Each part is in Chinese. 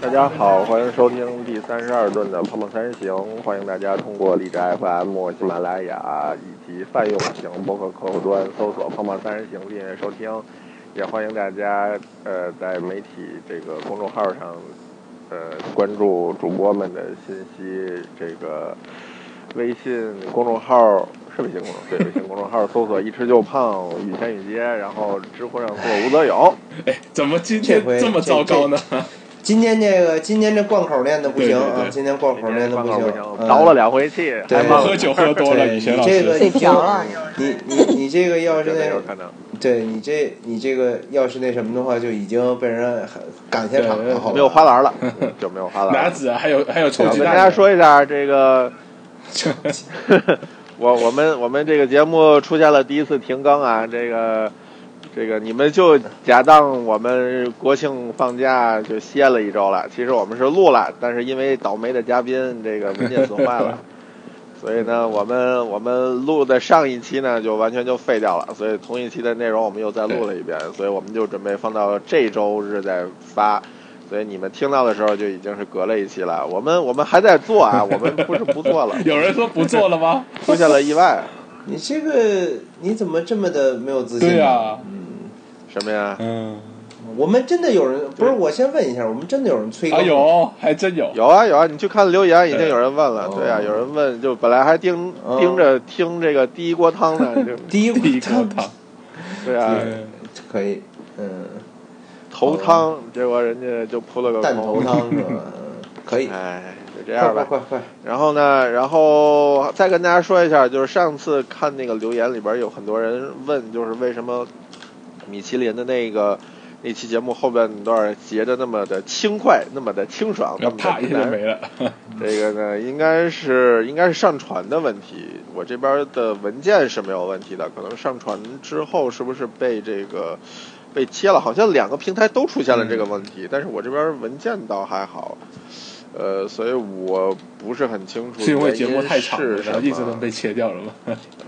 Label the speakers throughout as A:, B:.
A: 大家好，欢迎收听第三十二顿的泡沫三人行，欢迎大家通过荔枝 FM、喜马拉雅啊以及泛用型博客客户端搜索“泡沫三人行”订阅收听，也欢迎大家呃在媒体这个公众号上呃关注主播们的信息，这个微信公众号。是微信公众对微信公众号搜索“一吃就胖”雨前雨街，然后知乎上搜索吴泽友。
B: 哎，怎么今天
C: 这回
B: 这么糟糕呢？
C: 今天这个今天这贯口练的不行
B: 对对
C: 啊
B: 对，
C: 今天贯口练的
A: 不
C: 行，嗯
A: 呃倒了两回气，
C: 对
A: 还
C: 这
A: 忘了
B: 喝酒喝多了，
C: 对
B: 雨轩老
C: 你这
B: 师。
C: 个
D: 睡
C: 一听
D: 着了，
C: 你你你这个要是
A: 这没
C: 那
A: 有可能。
C: 对你这你这个要是那什么的话，就已经被人赶下场了，好吧
A: 没有花 篮了，就没有花
B: 拿
A: 篮。
B: 纸啊，还有还有臭
A: 我
B: 鸡
A: 跟
B: 蛋。
A: 大家，说一下这个，我我们我们这个节目出现了第一次停更啊，这个这个你们就假当我们国庆放假就歇了一周了，其实我们是录了，但是因为倒霉的嘉宾这个文件损坏了。所以呢，我们我们录的上一期呢就完全就废掉了，所以同一期的内容我们又再录了一遍，所以我们就准备放到这周日再发。所以你们听到的时候就已经是隔了一期了。我们我们还在做啊，我们不是不做了，
B: 有人说不做了 吗？
A: 出现了意外，
C: 你这个你怎么这么的没有自信？
B: 对啊呀，
A: 什么呀？
B: 嗯，
C: 我们真的有人不是？我先问一下，我们真的有人催
B: 啊
C: 更？
B: 有，还真有。
A: 有啊有啊，你去看留言，已经有人问了。
C: 哦
A: 对啊，有人问，就本来还盯
C: 哦
A: 盯着听这个第一锅汤呢，就
C: 第一
B: 第一锅汤，
A: 对
C: 哎
A: 啊，
B: 嗯
C: 可以，嗯，
A: 头汤，结果人家就扑了个
C: 蛋头
A: 空。
C: 汤是吧？嗯可以，
A: 哎，就这
C: 快
A: 样
C: 快
A: 吧。
C: 快快，
A: 然后呢，然后再跟大家说一下，就是上次看那个留言里边有很多人问，就是为什么米其林的那个那期节目后半段截的那么的轻快，那么的清爽，那
B: 然
A: 么
B: 后
A: 的
B: 啪一下就没了。
A: 这个呢，应该是应该是上传的问题。我这边的文件是没有问题的，可能上传之后是不是被这个被切了？好像两个平台都出现了这个问题，但是我这边文件倒还好。呃，所以我不是很清楚
B: 是因为节目太长
A: 原
B: 了，
A: 因是
B: 然后一直
A: 什么
B: 都被切掉 了吗？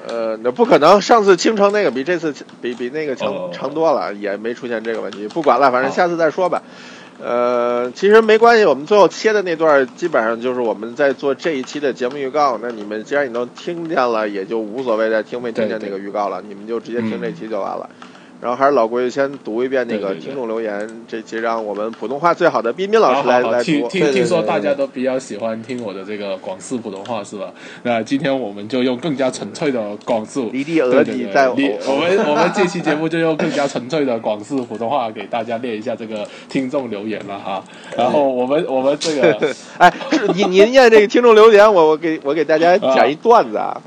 A: 呃，那不可能，上次倾城那个比这次比比那个强、
B: 哦
A: 强多了，也没出现这个问题。不管了，反正
B: 好
A: 下次再说吧。呃，其实没关系，我们最后切的那段基本上就是我们在做这一期的节目预告。那你们既然你都听见了，也就无所谓再听没听见
B: 对
A: 那个
B: 对
A: 预告了，你们就直接听
B: 嗯
A: 这期就完了。然后还是老规矩，先读一遍那个
B: 对对对
A: 听众留言，这期让我们普通话最好的彬彬老
B: 好
A: 师来
B: 好好，
A: 来
B: 听
A: 读。
B: 听
C: 对对
B: 听说
C: 对对
B: 大家都比较喜欢听我的这个广式普通话是吧？那今天我们就用更加纯粹的广式。
A: 离地而
B: 对对
A: 你
B: 对
A: 在
B: 你我们我们这期节目就用更加纯粹的广式普通话给大家念一下这个听众留言了哈。然后我们我们这个
A: 哎，是你您念这个听众留言，我我给我给大家讲一段子啊。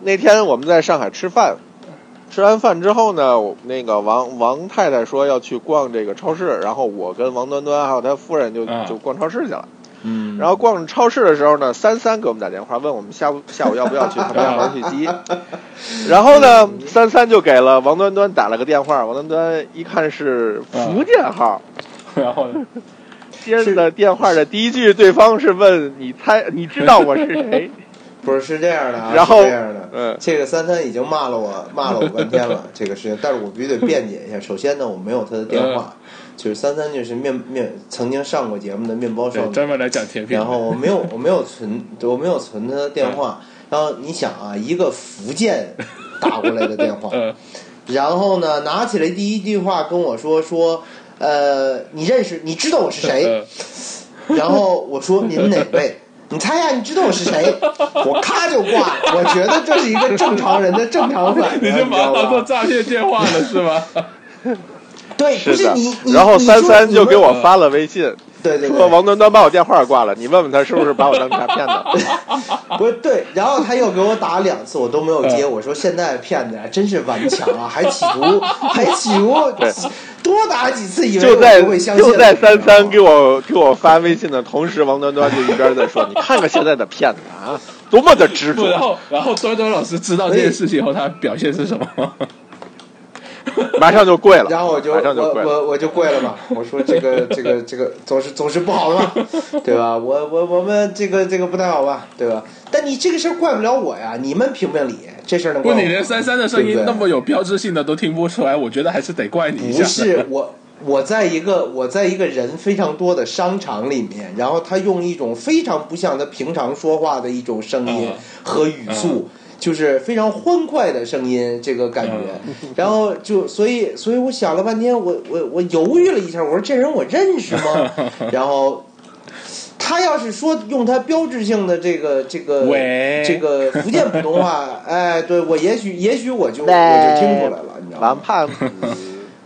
A: 那天我们在上海吃饭，吃完饭之后呢，我那个王王太太说要去逛这个超市，然后我跟王端端还有他夫人就
B: 嗯
A: 就逛超市去了。
C: 嗯，
A: 然后逛超市的时候呢，三三给我们打电话问我们下午下午要不要去他们家玩去鸡。 然后呢，三三就给了王端端打了个电话，王端端一看是福建号。
B: 然后呢
A: 接了电话的第一句，对方是问你猜你知道我是谁？
C: 不是是这样的啊，
A: 然后
C: 是这样的，
A: 嗯
C: 这个三三已经骂了我，骂了我半天了这个事情，但是我必须得辩解一下。首先呢，我没有他的电话，就是三三就是面面曾经上过节目的面包少
B: 对
C: 女，
B: 专门来讲甜品的，
C: 然后我没有我没有存我没有存他的电话，然后你想啊，一个福建打过来的电 话，
B: 呃
C: 然后呢拿起来第一句话跟我说说，呃，你认识你知道我是谁？
B: 呃，
C: 然后我说您哪位？你猜呀，你知道我是 谁？我咔就挂了。我觉得这是一个正常人的正常反 应，
B: 你
C: 你
B: 就把它当做
C: 做
B: 诈骗电话了是吗？
C: 对，不
A: 的
C: 你，。你
A: 然后
C: 你
A: 三三
C: 你
A: 就给我
B: 你
A: 发了微信，
C: 对对
A: 说
C: 对，
A: 王端端把我电话挂了，你问问他是不是把我当诈骗的？
C: 不是对，然后他又给我打两次，我都没有
B: 嗯
C: 接。我说现在骗子呀，真是顽强啊，还企图还企图
A: 对
C: 多打几次，以为
A: 就
C: 我
A: 在
C: 不会相信。
A: 就在三
B: 哦
A: 三给
C: 我，
A: 我给我发微信的同时，王端端就一边在说：“你看看现在的骗子啊，多么的执
B: 不，然
A: 着！
B: 后然后端端老师知道这件事情后，他表现是什么？
A: 马上就跪了。”
C: 然后我就
A: 马上就
C: 我
A: 跪了。
C: 我我就跪了嘛，我说这个这个这个总是总是不好的嘛，对吧？我我我们这个这个不太好吧，对吧？但你这个事儿怪不了我呀，你们评评理，这事儿能怪
B: 不，
C: 我
B: 你
C: 吗
B: 连珊珊的声音
C: 对不对
B: 那么有标志性的都听不出来，我觉得还是得怪你一下。
C: 不是我，我在一个我在一个人非常多的商场里面，然后他用一种非常不像他平常说话的一种声音
B: 嗯
C: 和语速，就是非常欢快的声音，这个感觉。然后就所以所以我想了半天，我我我犹豫了一下，我说这人我认识吗？然后。他要是说用他标志性的这个这个
B: 喂
C: 这个福建普通话，哎，对我也许也许我就我
A: 喂
C: 就听出来了，你知道吗
A: 蓝？胖子，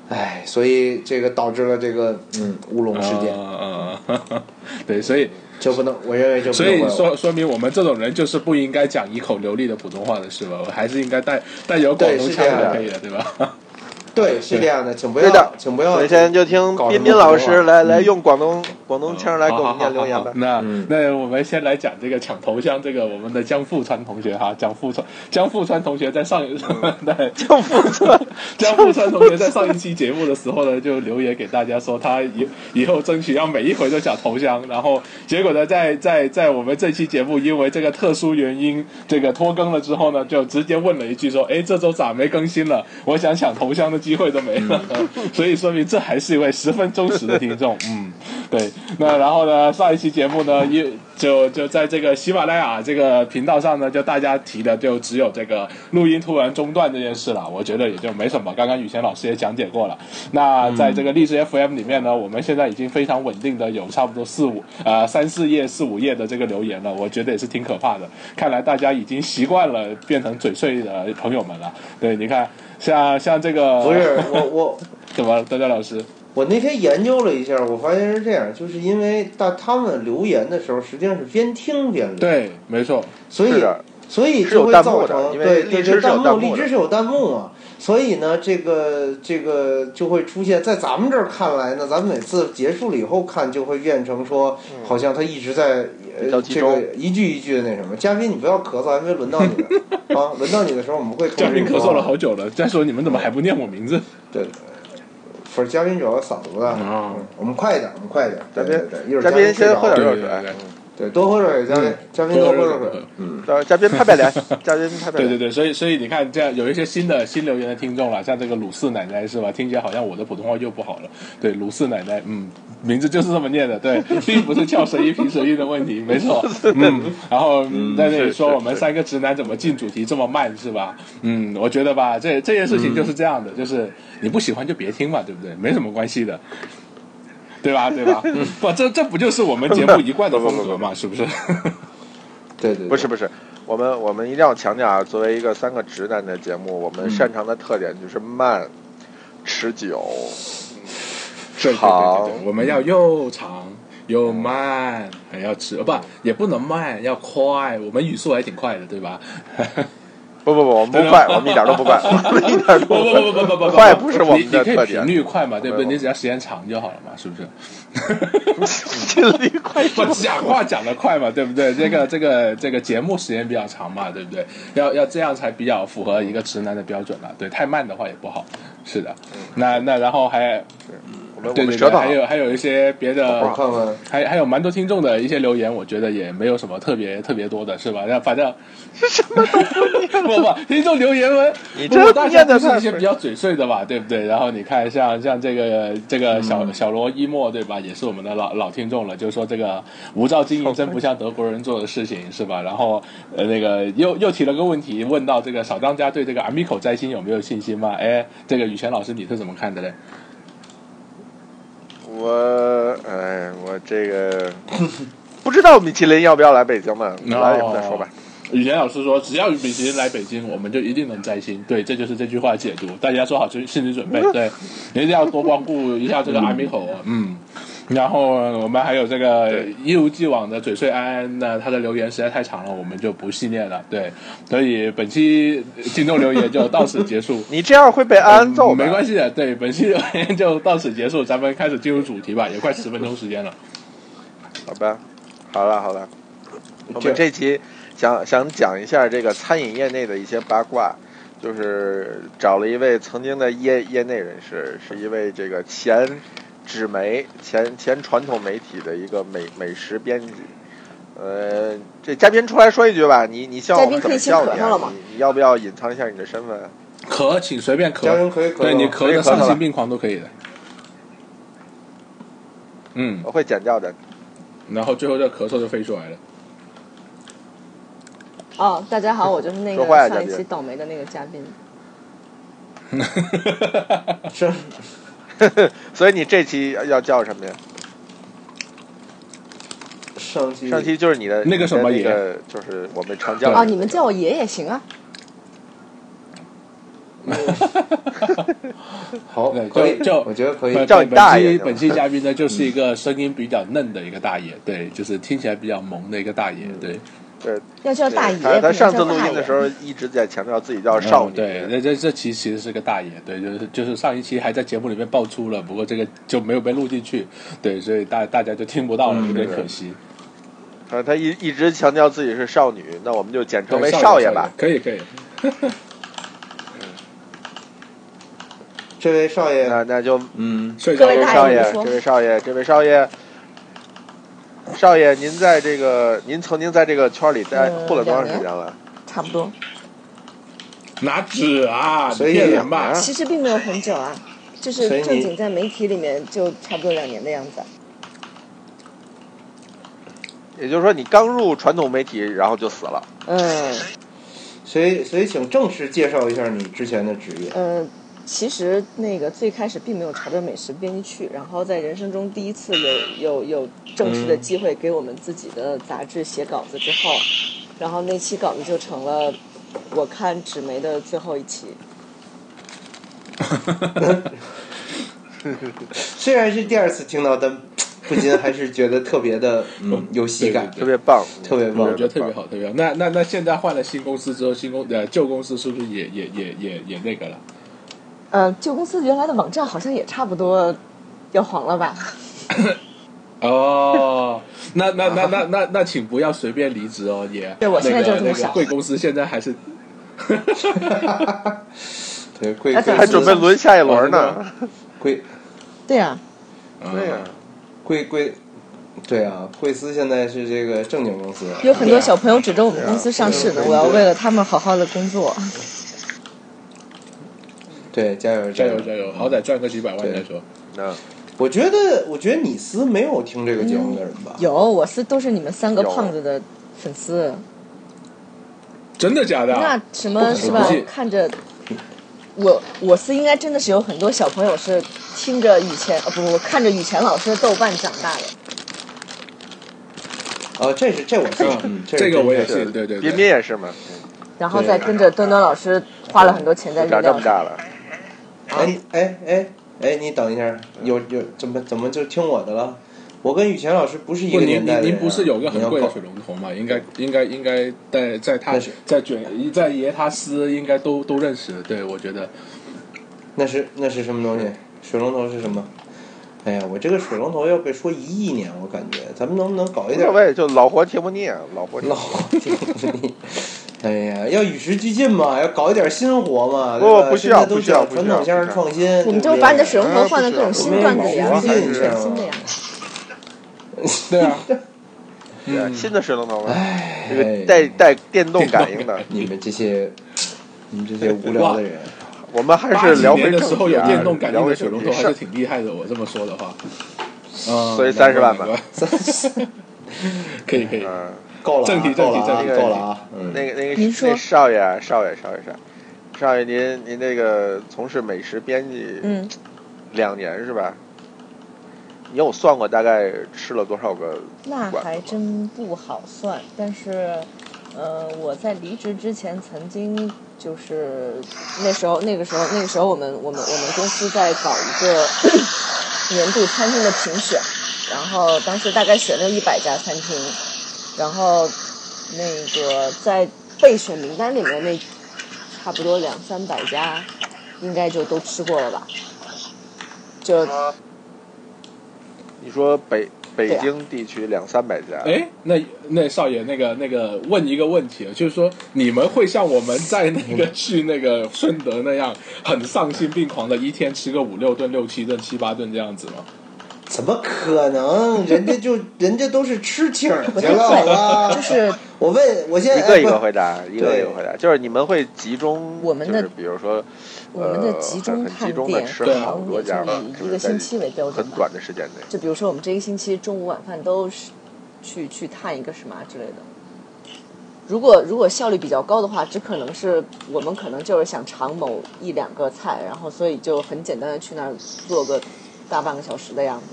C: 哎，所以这个导致了这个嗯乌龙事件，
B: 嗯嗯嗯，对，所以
C: 这不能，我认为这不
B: 所
C: 能
B: 以
C: 怪我
B: 说说明我们这种人就是不应该讲一口流利的普通话的是吧？我还是应该带带有广东腔就可以了，对吧？
C: 对是这样的，请不
A: 对的
C: 要，请不要
A: 所以现在就听
C: 搞什
A: 彬
C: 么
A: 彬老
C: 普
A: 师
C: 通话
A: 来来用广东广东腔来给我
B: 好
A: 们念留言
B: 好好
A: 吧
B: 好。那、
C: 嗯
B: 那我们先来讲这个抢头像，这个我们的江富川同学哈，江富川江富川同学在上一 对
A: 就负责
B: 江富川同学在上一期节目的时候呢，就留言给大家说他以以后争取要每一回都讲头像，然后结果呢，在在在我们这期节目因为这个特殊原因，这个拖更了之后呢，就直接问了一句说：“哎，这周咋没更新了？我想抢头像的机会都没了。 所以说明这还是一位十分忠实的听众，嗯，对。那然后呢，上一期节目呢，因就就在这个喜马拉雅这个频道上呢，就大家提的就只有这个录音突然中断这件事了，我觉得也就没什么。刚刚雨贤老师也讲解过了。那在这个荔枝 FM 里面呢，我们现在已经非常稳定的有差不多四五呃三四页四五页的这个留言了，我觉得也是挺可怕的。看来大家已经习惯了变成嘴碎的呃朋友们了。对，你看，像像这个
C: 不是我我
B: 怎么，大家老师？
C: 我那天研究了一下，我发现是这样，就是因为大他们留言的时候，实际上是边听边留，
B: 对，没错，
C: 所以
A: 是的，
C: 所以
A: 是有
C: 就会
A: 弹幕
C: 造
A: 的
C: 成
A: 因为
C: 对
A: 荔
C: 对
A: 枝
C: 对
A: 是有弹幕
C: 幕，荔
A: 的
C: 枝是有弹幕啊，所以呢，这个这个就会出现在咱们这儿看来呢，咱们每次结束了以后看，就会变成说，好像他一直在、
A: 嗯比较
C: 呃
A: 集
C: 这
A: 中
C: 个一句一句的那什么。嘉宾，你不要咳嗽，还没轮到你 呢啊，轮到你的时候我们会控制
B: 嘉宾
C: 你
B: 咳嗽了
C: 啊
B: 好久了。再说你们怎么还不念我名字？
C: 对。不是嘉宾主要嗓子啊，
B: 啊
C: 嗯我们快一点，我们快一点。
A: 嘉
C: 对
A: 宾
C: 对对，一会儿
A: 嘉宾
C: 宾睡
A: 先
C: 着
A: 喝点
C: 了
A: 热
B: 对
A: 水
B: 对对，
C: 对，多喝点水，嘉宾，嘉宾多喝点水。嗯，
A: 呃嘉宾拍拍 脸，嘉宾拍拍
B: 对对
A: 脸。
B: 对，所以所以你看，这样有一些新的新留言的听众了，像这个鲁四奶奶是吧？听起来好像我的普通话又不好了。对，鲁四奶奶，嗯，名字就是这么念的， 对，并不是翘舌音、平舌音的问题，没错。嗯，然后在那里说
A: 是是
B: 我们三个直男怎么进主题这么慢是吧？嗯，我觉得吧，这这件事情
A: 嗯
B: 就是这样的，就是你不喜欢就别听嘛，对不对？没什么关系的。对吧？对 吧？不，这这不就是我们节目一贯的风格嘛？是不是？
C: 对对，对
A: 不是不是，我们我们一定要强调啊，作为一个三个直男的节目，我
B: 嗯
A: 们擅长的特点就是慢、持久。
B: 对对对对
A: 长
B: 对，我们要又长又慢，还要吃，哦不也不能慢，要快。我们语速还挺快的，对吧？
A: 不不不，我们不
B: 对
A: 快，我们一点都不快，我们一点都
B: 不不不不不不，
A: 快不是我们的
B: 你你可
A: 特
B: 以
A: 点
B: 频率快嘛，对不对？
A: 没有
B: 你只要时间长就好了嘛，是不是？
A: 心里快
B: 不讲话讲得快嘛，对不对？这个这个这个节目时间比较长嘛，对不对？要要这样才比较符合一个直男的标准了。对，太慢的话也不好。是的，那那然后还
A: 我嗯们我
B: 对
A: 们
B: 对
A: 舌
B: 对，
A: 头好
B: 还有还有一些别的
C: 我看看。
B: 还还有蛮多听众的一些留言，我觉得也没有什么特别特别多的，是吧？那反正什么 不不，听众留言们，
A: 你
B: 不
A: 这
B: 过大家
A: 念得
B: 都是
A: 太
B: 一些比较嘴碎的吧，对不对？然后你看像像这个这个小、
A: 嗯
B: 小罗一莫对吧，也是我们的老老听众了，就说这个无照经营真不像德国人做的事情是吧？然后呃那个又又提了个问题，问到这个小当家对这个 Amico 摘星有没有信心嘛？哎，这个雨泉老师你是怎么看的嘞？
A: 我哎，我这个不知道米其林要不要来北京 呢？
B: No
A: 来以后再说吧。
B: 以前老师说，只要米其林来北京，我们就一定能摘星。对，这就是这句话解读。大家做好心心理准备，对，你一定要多光顾一下这个阿米口。嗯，然后呃我们还有这个
A: 对
B: 一如既往的嘴碎安安呢，他的留言实在太长了，我们就不细念了。对，所以本期听众留言就到此结束。
A: 你这样会被安安揍的。
B: 嗯没关系的，对，本期留言就到此结束，咱们开始进入主题吧，也快十分钟时间了。
A: 好吧，好了好了，我
C: 这
A: 们这期想想讲一下这个餐饮业内的一些八卦，就是找了一位曾经的业业内人士，是一位这个前纸媒、前前传统媒体的一个美美食编辑。呃，这嘉宾出来说一句吧，你你笑我
D: 嘉
A: 们
D: 宾
A: 怎
D: 可以
A: 么
D: 先
A: 笑
D: 咳
A: 你
D: 上了
A: 啊
D: 吗？
A: 你你要不要隐藏一下你的身份啊？
B: 咳，请随便
C: 嘉
B: 咳，
C: 宾可以可以
B: 对
C: 吗
B: 你咳
A: 可以
B: 的
A: 咳嗽
B: 丧
A: 了
B: 心病狂都可以的。嗯，
A: 我会剪掉的。
B: 然后最后这咳嗽就飞出 来了。
D: 哦，大家好，我就是那
A: 说
D: 个
A: 话呀
D: 上一
A: 嘉
D: 期
A: 宾
D: 倒霉的那个嘉宾。
C: 是
A: 所以你这期要叫什么呀？
C: 上期
A: 上期就是你的
B: 嗯那个什么
A: 你
B: 爷
A: 的那个就是我们常叫
D: 哦，你们叫我爷也行啊。
C: 好
B: 对
C: 可以
B: 就就
C: 我觉得可以
B: 本
A: 叫
B: 本
A: 你大爷嗯
B: 期
A: 就
B: 本期嘉宾呢，就是一个声音比较嫩的一个大爷，对，就是听起来比较萌的一个大爷，
A: 嗯
B: 对，
A: 对
D: 要叫大爷，
A: 他他
D: 不能
A: 上次
D: 叫
A: 录
D: 大
A: 音的时
D: 爷。
A: 候一直在强调自己叫少
B: 嗯
A: 女，
B: 对，那这这期其实是个大爷，对，就是就是上一期还在节目里面爆出了，不过这个就没有被录进去，对，所以大大家就听不到了，
A: 嗯
B: 有点可惜。
A: 他他一一直强调自己是少女，那我们就简称为
B: 对
A: 少
B: 爷
A: 爷吧。，
B: 可以可以，
C: 这位少爷
A: 那那就
B: 嗯，睡
D: 各
B: 着
D: 位
A: 这位
D: 大
A: 少
D: 爷
A: 爷，
D: 你
A: 这
D: 说
A: 位少爷，这位少爷，少爷，您在这个您曾经在这个圈里待
D: 嗯
A: 混了多长时
D: 两
A: 间
D: 年
A: 了？
D: 差不多，
B: 拿纸啊，
C: 所以
B: 骗人吧
A: 啊？
D: 其实并没有很久啊，就是
C: 所以你
D: 正经在媒体里面就差不多两年的样子啊。
A: 也就是说，你刚入传统媒体，然后就死了。
D: 嗯
C: 所以所以请正式介绍一下你之前的职业。
D: 嗯，其实那个最开始并没有朝着美食编辑去，然后在人生中第一次有有有正式的机会给我们自己的杂志写稿子之后，然后那期稿子就成了我看纸媒的最后一期。
C: 虽然是第二次听到，但不禁还是觉得特别的嗯有喜感。
A: 特别棒，
C: 特别棒
B: 我觉得特别。好，特别好。那那那现在换了新公司之后，新公呃旧公司是不是也也也也也那个了？
D: 嗯，旧公司原来的网站好像也差不多要黄了吧？
B: 哦， 那那那那那那，请不要随便离职哦，也
D: 对我现在就是这么
B: 那个那
D: 想
B: 个贵公司现在还是
C: 对，贵
D: 那怎
C: 贵
A: 哎
D: 么
A: 还准备轮下一轮呢。
C: 贵
D: 对呀、
B: 啊嗯
A: 对
C: 啊
A: 呀、
C: 贵贵，对啊，贵司现在是这个正经公司。
D: 有很多小朋友指着我们公司上市
C: 啊
D: 呢，我要为了他们好好的工作。
C: 对，加油
B: 加
C: 加
B: 油
C: 油
B: 加！油，好歹赚个几百万再说。
A: 那
C: 我觉得，我觉得你司没有听这个节目的人吧？
D: 有，我是都是你们三个
A: 有
D: 胖子的粉丝。
B: 真的假的？啊
C: 啊
D: 那什么是吧
B: 不是？
D: 看着我，我是应该真的是有很多小朋友是听着以前，呃，不，我看着以前老师的豆瓣长大的。
C: 哦，这是这我信，
B: 嗯
C: 嗯
B: 这个我也
C: 是
B: 信，对对
A: 彬彬
B: 对。
A: 也是嘛，嗯
D: 然后再跟着端端老师花了很多钱在日
A: 长这
D: 料
A: 么
D: 上，
A: 大了，
B: 啊
C: 哎你哎哎哎，你等一下，有有怎么怎么就听我的了？我跟雨前老师不是一
B: 不，
C: 个
B: 您
C: 年代
B: 您
C: 的人啊。
B: 您不是有个
C: 你
B: 很
C: 要
B: 贵的
C: 搞
B: 水龙头吗？应该应该应该在在他
C: 那是
B: 在卷在爷他司应该都都认识，对我觉得
C: 那是那是什么
B: 嗯
C: 东西？水龙头是什么？哎呀，我这个水龙头要被说一亿年，我感觉咱们能不能搞一
A: 无
C: 点
A: 所谓，就老活贴不腻，啊老活
C: 老听你？ 哎呀，要与时俱进嘛，要搞一点新活嘛。
A: 不
C: 对吧
A: 不需要
C: 现在都
A: 不需要
C: 讲
A: 不需要
C: 传统相声创新，
D: 我们
C: 对
D: 就
C: 不对
D: 把你 的水龙头换到
A: 不
D: 各
A: 是
D: 种新段子里啊，
C: 我们
D: 全
C: 也是
D: 新的呀。
B: 对啊，嗯
A: 贴，新的水龙 头嘛，
C: 哎
A: 这个带带电动感应的。
C: 你们这些，你们这些无聊 的人，
A: 我们还
B: 八
A: 是
B: 几
A: 聊
B: 年
A: 回
B: 的
A: 正
B: 时候
A: 题
B: 有
A: 啊
B: 电动感
A: 聊
B: 应
A: 回
B: 的水龙头
A: 正题
B: 还 是挺厉害的，我这么说的话，嗯，
A: 所以30万吧
B: 难怪，难怪可以可以，
A: 嗯，
C: 够了啊，
B: 正题
C: 够了
B: 正
C: 啊，
B: 题
A: 正题
C: 够了啊。嗯，
A: 那个那个
D: 您说
A: 那少爷啊少爷少爷少爷，少爷您您那个从事美食编辑
D: 嗯，
A: 两年是吧？你有算过大概吃了多少个
D: 那还真不好算。但是，呃，我在离职之前曾经就是那时候那个时候那个时候我们我们我们公司在搞一个年度餐厅的评选，然后当时大概选了一百家餐厅，然后嗯那个在备选名单里面那差不多两三百家，应该就都吃过了吧。就
A: 你说北
D: 对
A: 北
D: 啊
A: 京地区两三百家，
B: 哎，那那少爷，那个那个，问一个问题，啊就是说，你们会像我们在那
A: 嗯
B: 个去那个顺德那样，很丧心病狂的，一天吃个五六顿、六七顿、七八顿这样子吗？
C: 怎么可能？人家就人家都是吃挺儿去了，
D: 就。是
C: 我问，我现在
A: 一个一
C: 哎
A: 个
C: 不
A: 回答，一个一个回答，就是你们会集中，
D: 我们的
A: 就是比如说，
D: 我们的
A: 呃
D: 集
A: 很
D: 中
A: 很集
D: 探
A: 中的
D: 店，
A: 吃
B: 对
A: 好多
D: 也
A: 家吧
D: 就以，
A: 就
D: 一
A: 是在
D: 个星期为标
A: 很
D: 准吧。
A: 短的时间内。
D: 就比如说我们这个星期中午晚饭都是去去探一个什么之类的。如果如果效率比较高的话，只可能是我们可能就是想尝某一两个菜，然后所以就很简单的去那儿做个大半个小时的样子。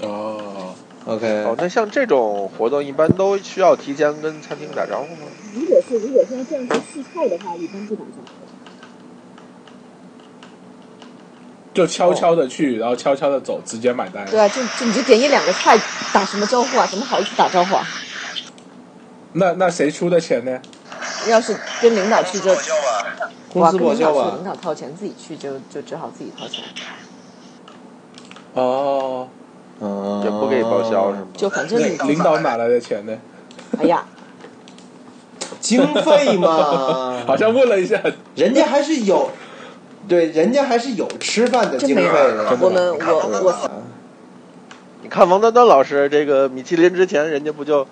B: 哦，
A: 哦
C: OK，，
A: 那像这种活动一般都需要提前跟餐厅打招呼吗？
D: 如果是如果像这样是试菜的话，一般不打招呼。
B: 就悄悄的去，然后悄悄的走，直接买单。
D: 对啊，就就你就点一两个菜，打什么招呼啊？怎么好意思打招呼啊？
B: 那那谁出的钱呢？
D: 要是跟领导去就
C: 公司报
D: 哇跟领
C: 销
D: 导去，
C: 吧
D: 领。导掏钱，自己去就就只好自己掏钱，
B: 哦，
C: 嗯
A: 也不给报销是吗？
D: 就反正
B: 领领导哪来的钱呢？
D: 哎呀，
C: 经费
A: 嗯
C: 嘛，
B: 好像问了一下，
C: 人家还是有，对，人家还是有吃饭的
D: 真
C: 经
D: 没
C: 费
D: 有
C: 的。
D: 我们我我
A: 你看王端端老师这个米其林之前，人家不就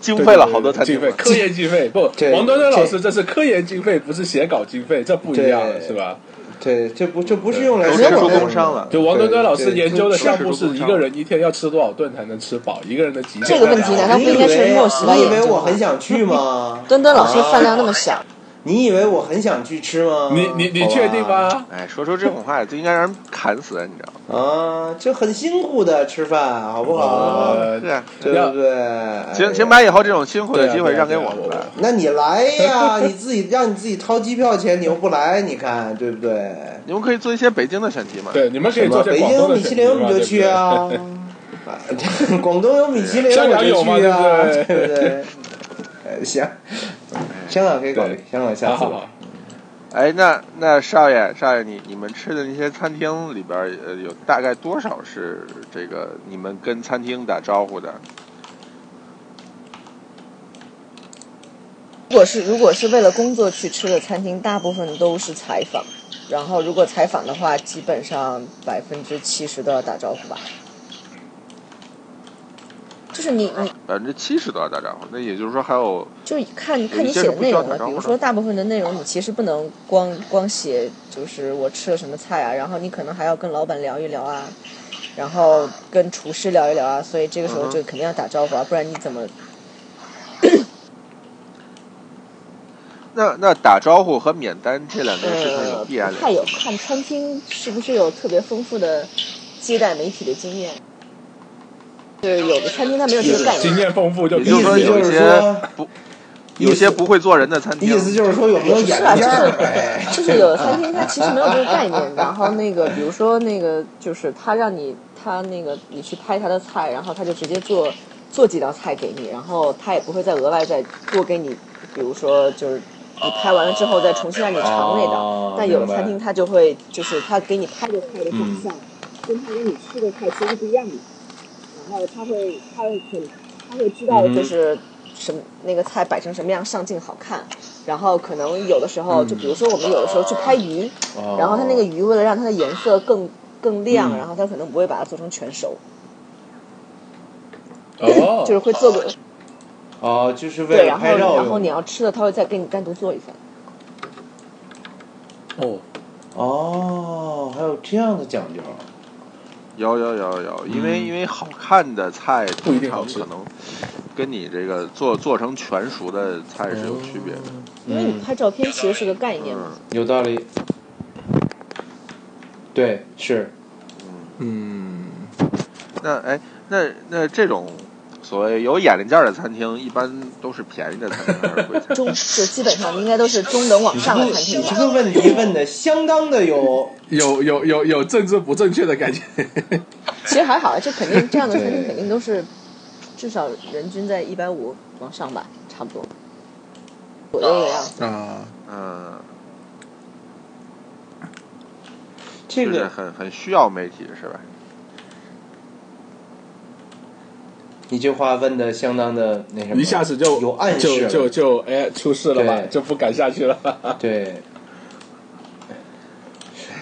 A: 经费了好多餐厅
B: 经
A: 吗
B: 费，？科研经费不
C: 这？
B: 王端端老师这
C: 这
B: 是科研经费，不是写稿经费，这不一样了，
C: 对
B: 是吧？
C: 对，这不这不是用来
A: 都
C: 说
A: 吃
C: 我
A: 出
C: 们
A: 工伤了。
B: 就王端端老师
C: 对对
B: 研究的项目是一个人一天要吃多少顿才能吃饱，一个人的极限
D: 这个问题
B: 在哪
D: 难道
B: 里
D: 不应该是莫喜来
C: 你以
D: 研
C: 为
D: 究
C: 我
D: 吗
C: 很？想去吗？
D: 墩墩老师
C: 啊
D: 饭量那么小，
C: 你以为我很想去吃吗？
B: 你你你
C: 好吧
B: 确定？吗？
A: 哎，说出这种话就应该让人砍死，你知道吗？
C: 啊，这很辛苦的吃饭，好不好？
B: 哦
A: 是啊，
C: 对
B: 呃要
C: 不对？
A: 请请
C: 吧。
A: 把以后这种辛苦
B: 哎对
A: 的
B: 啊
A: 机会
B: 对啊
A: 让给
B: 对啊
A: 我们吧。
C: 那你来呀，你自己让你自己掏机票钱，你又不来，你看对不对？
A: 你们可以做一些北京的选题嘛？
B: 对，你们可以
C: 什么
B: 做些
C: 北
B: 广
C: 京
B: 东
C: 有
B: 的
C: 米其林你就去啊，啊 广东有米其林
B: 香
C: 我
B: 港有
C: 就
B: 嘛
C: 去啊，
B: 对
C: 对
B: 不对
C: 不对？呃行，香港可以考虑
B: 对，
C: 香港
B: 选
C: 下
B: 择嘛。
C: 次
B: 好
C: 吧
B: 好。
A: 哎，那那少爷少爷，你你们吃的那些餐厅里边儿，呃，有大概多少是这个你们跟餐厅打招呼的？
D: 如果是如果是为了工作去吃的餐厅，大部分都是采访。然后如果采访的话，基本上百分之七十都要打招呼吧。就是你你
A: 百分之七十都要打招呼，那也就是说还有
D: 就是看看你
A: 有一些
D: 写
A: 是
D: 的
A: 不
D: 内
A: 需要
D: 容
A: 打
D: 了，
A: 招
D: 比
A: 呼
D: 如
A: 的
D: 说大部分的内容你其实不能光光写，就是我吃了什么菜啊，然后你可能还要跟老板聊一聊啊，然后跟厨师聊一聊啊，所以这个时
A: 嗯
D: 候
A: 哼
D: 就肯定要打招呼啊，不然你怎么
A: 那那打招呼和免单这两件事情
D: 呃
A: 有必
D: 不
A: 然
D: 太
A: 联
D: 有
A: 系吗？
D: 看餐厅是不是有特别丰富的接待媒体的经验？就是有的餐厅它没有这个概
B: 经
D: 念，
B: 验丰富就
A: 也
B: 必
A: 就是说，
C: 意思
A: 有一
B: 须
C: 就是
A: 些
C: 说
A: 不有些不会做人的餐厅
C: 意，思就是说有没有眼
D: 是啊
C: 力劲儿哎
D: 就是
C: 呗？
D: 就是有的餐厅它其实没有这个概念。然后那个，比如说那个，就是他让你他那个你去拍他的菜，然后他就直接做做几道菜给你，然后他也不会再额外再做给你，比如说就是。你拍完了之后再重新让你尝那道，
C: 哦
D: 但有的
C: 明白
D: 餐厅它就会，就是他给你拍的菜的长
C: 嗯
D: 相，跟他给你吃的菜其实不一样的。然后他会，他会很，他会知道
B: 嗯
D: 就是什么、那个菜摆成什么样上镜好看。然后可能有的时候，就比如说我们有的时候去拍鱼，
C: 嗯哦嗯
D: 然后它那个鱼为了让它的颜色更更亮，然后它可能不会把它做成全熟，
B: 哦
D: 就是会做个
C: 哦，就是为
D: 对，
C: 了
D: 然后
C: 拍照
D: 然后
C: 用
D: 你要吃的，它会再给你单独做一份。
B: 哦，
C: 哦，还有这样的讲究。啊
A: 有有有有，因为因为好看的菜
B: 嗯不一定好
A: 通
B: 吃
A: 常可能跟你这个做做成全熟的菜是有区别的。
D: 因为你拍照片其实是个概念嘛，
A: 嗯，
C: 有道理。对，是
B: 嗯，
A: 那哎，那那这种所谓有眼力劲儿的餐厅，一般都是便宜的餐厅还是贵餐
C: 嗯
A: 厅？
D: 中就基本上应该都是中等往
C: 你这
D: 上的
C: 个
D: 餐厅
C: 你
D: 吧
C: 这。个问题问的相当的有，
B: 有有有有政治不正确的感觉。
D: 其实还好，这肯定这样的餐厅
C: 对
D: 肯定都是至少人均在一百五往上吧，差不多左右的样子。
B: 啊，
A: 嗯，
C: 这
A: 就是
C: 个
A: 很很需要媒体是吧？
C: 你这话问的相当的那什么，
B: 一下子就
C: 有暗
B: 就
C: 示，
B: 就就哎出事了吧，
C: 对
B: 就不敢下去了。
C: 对。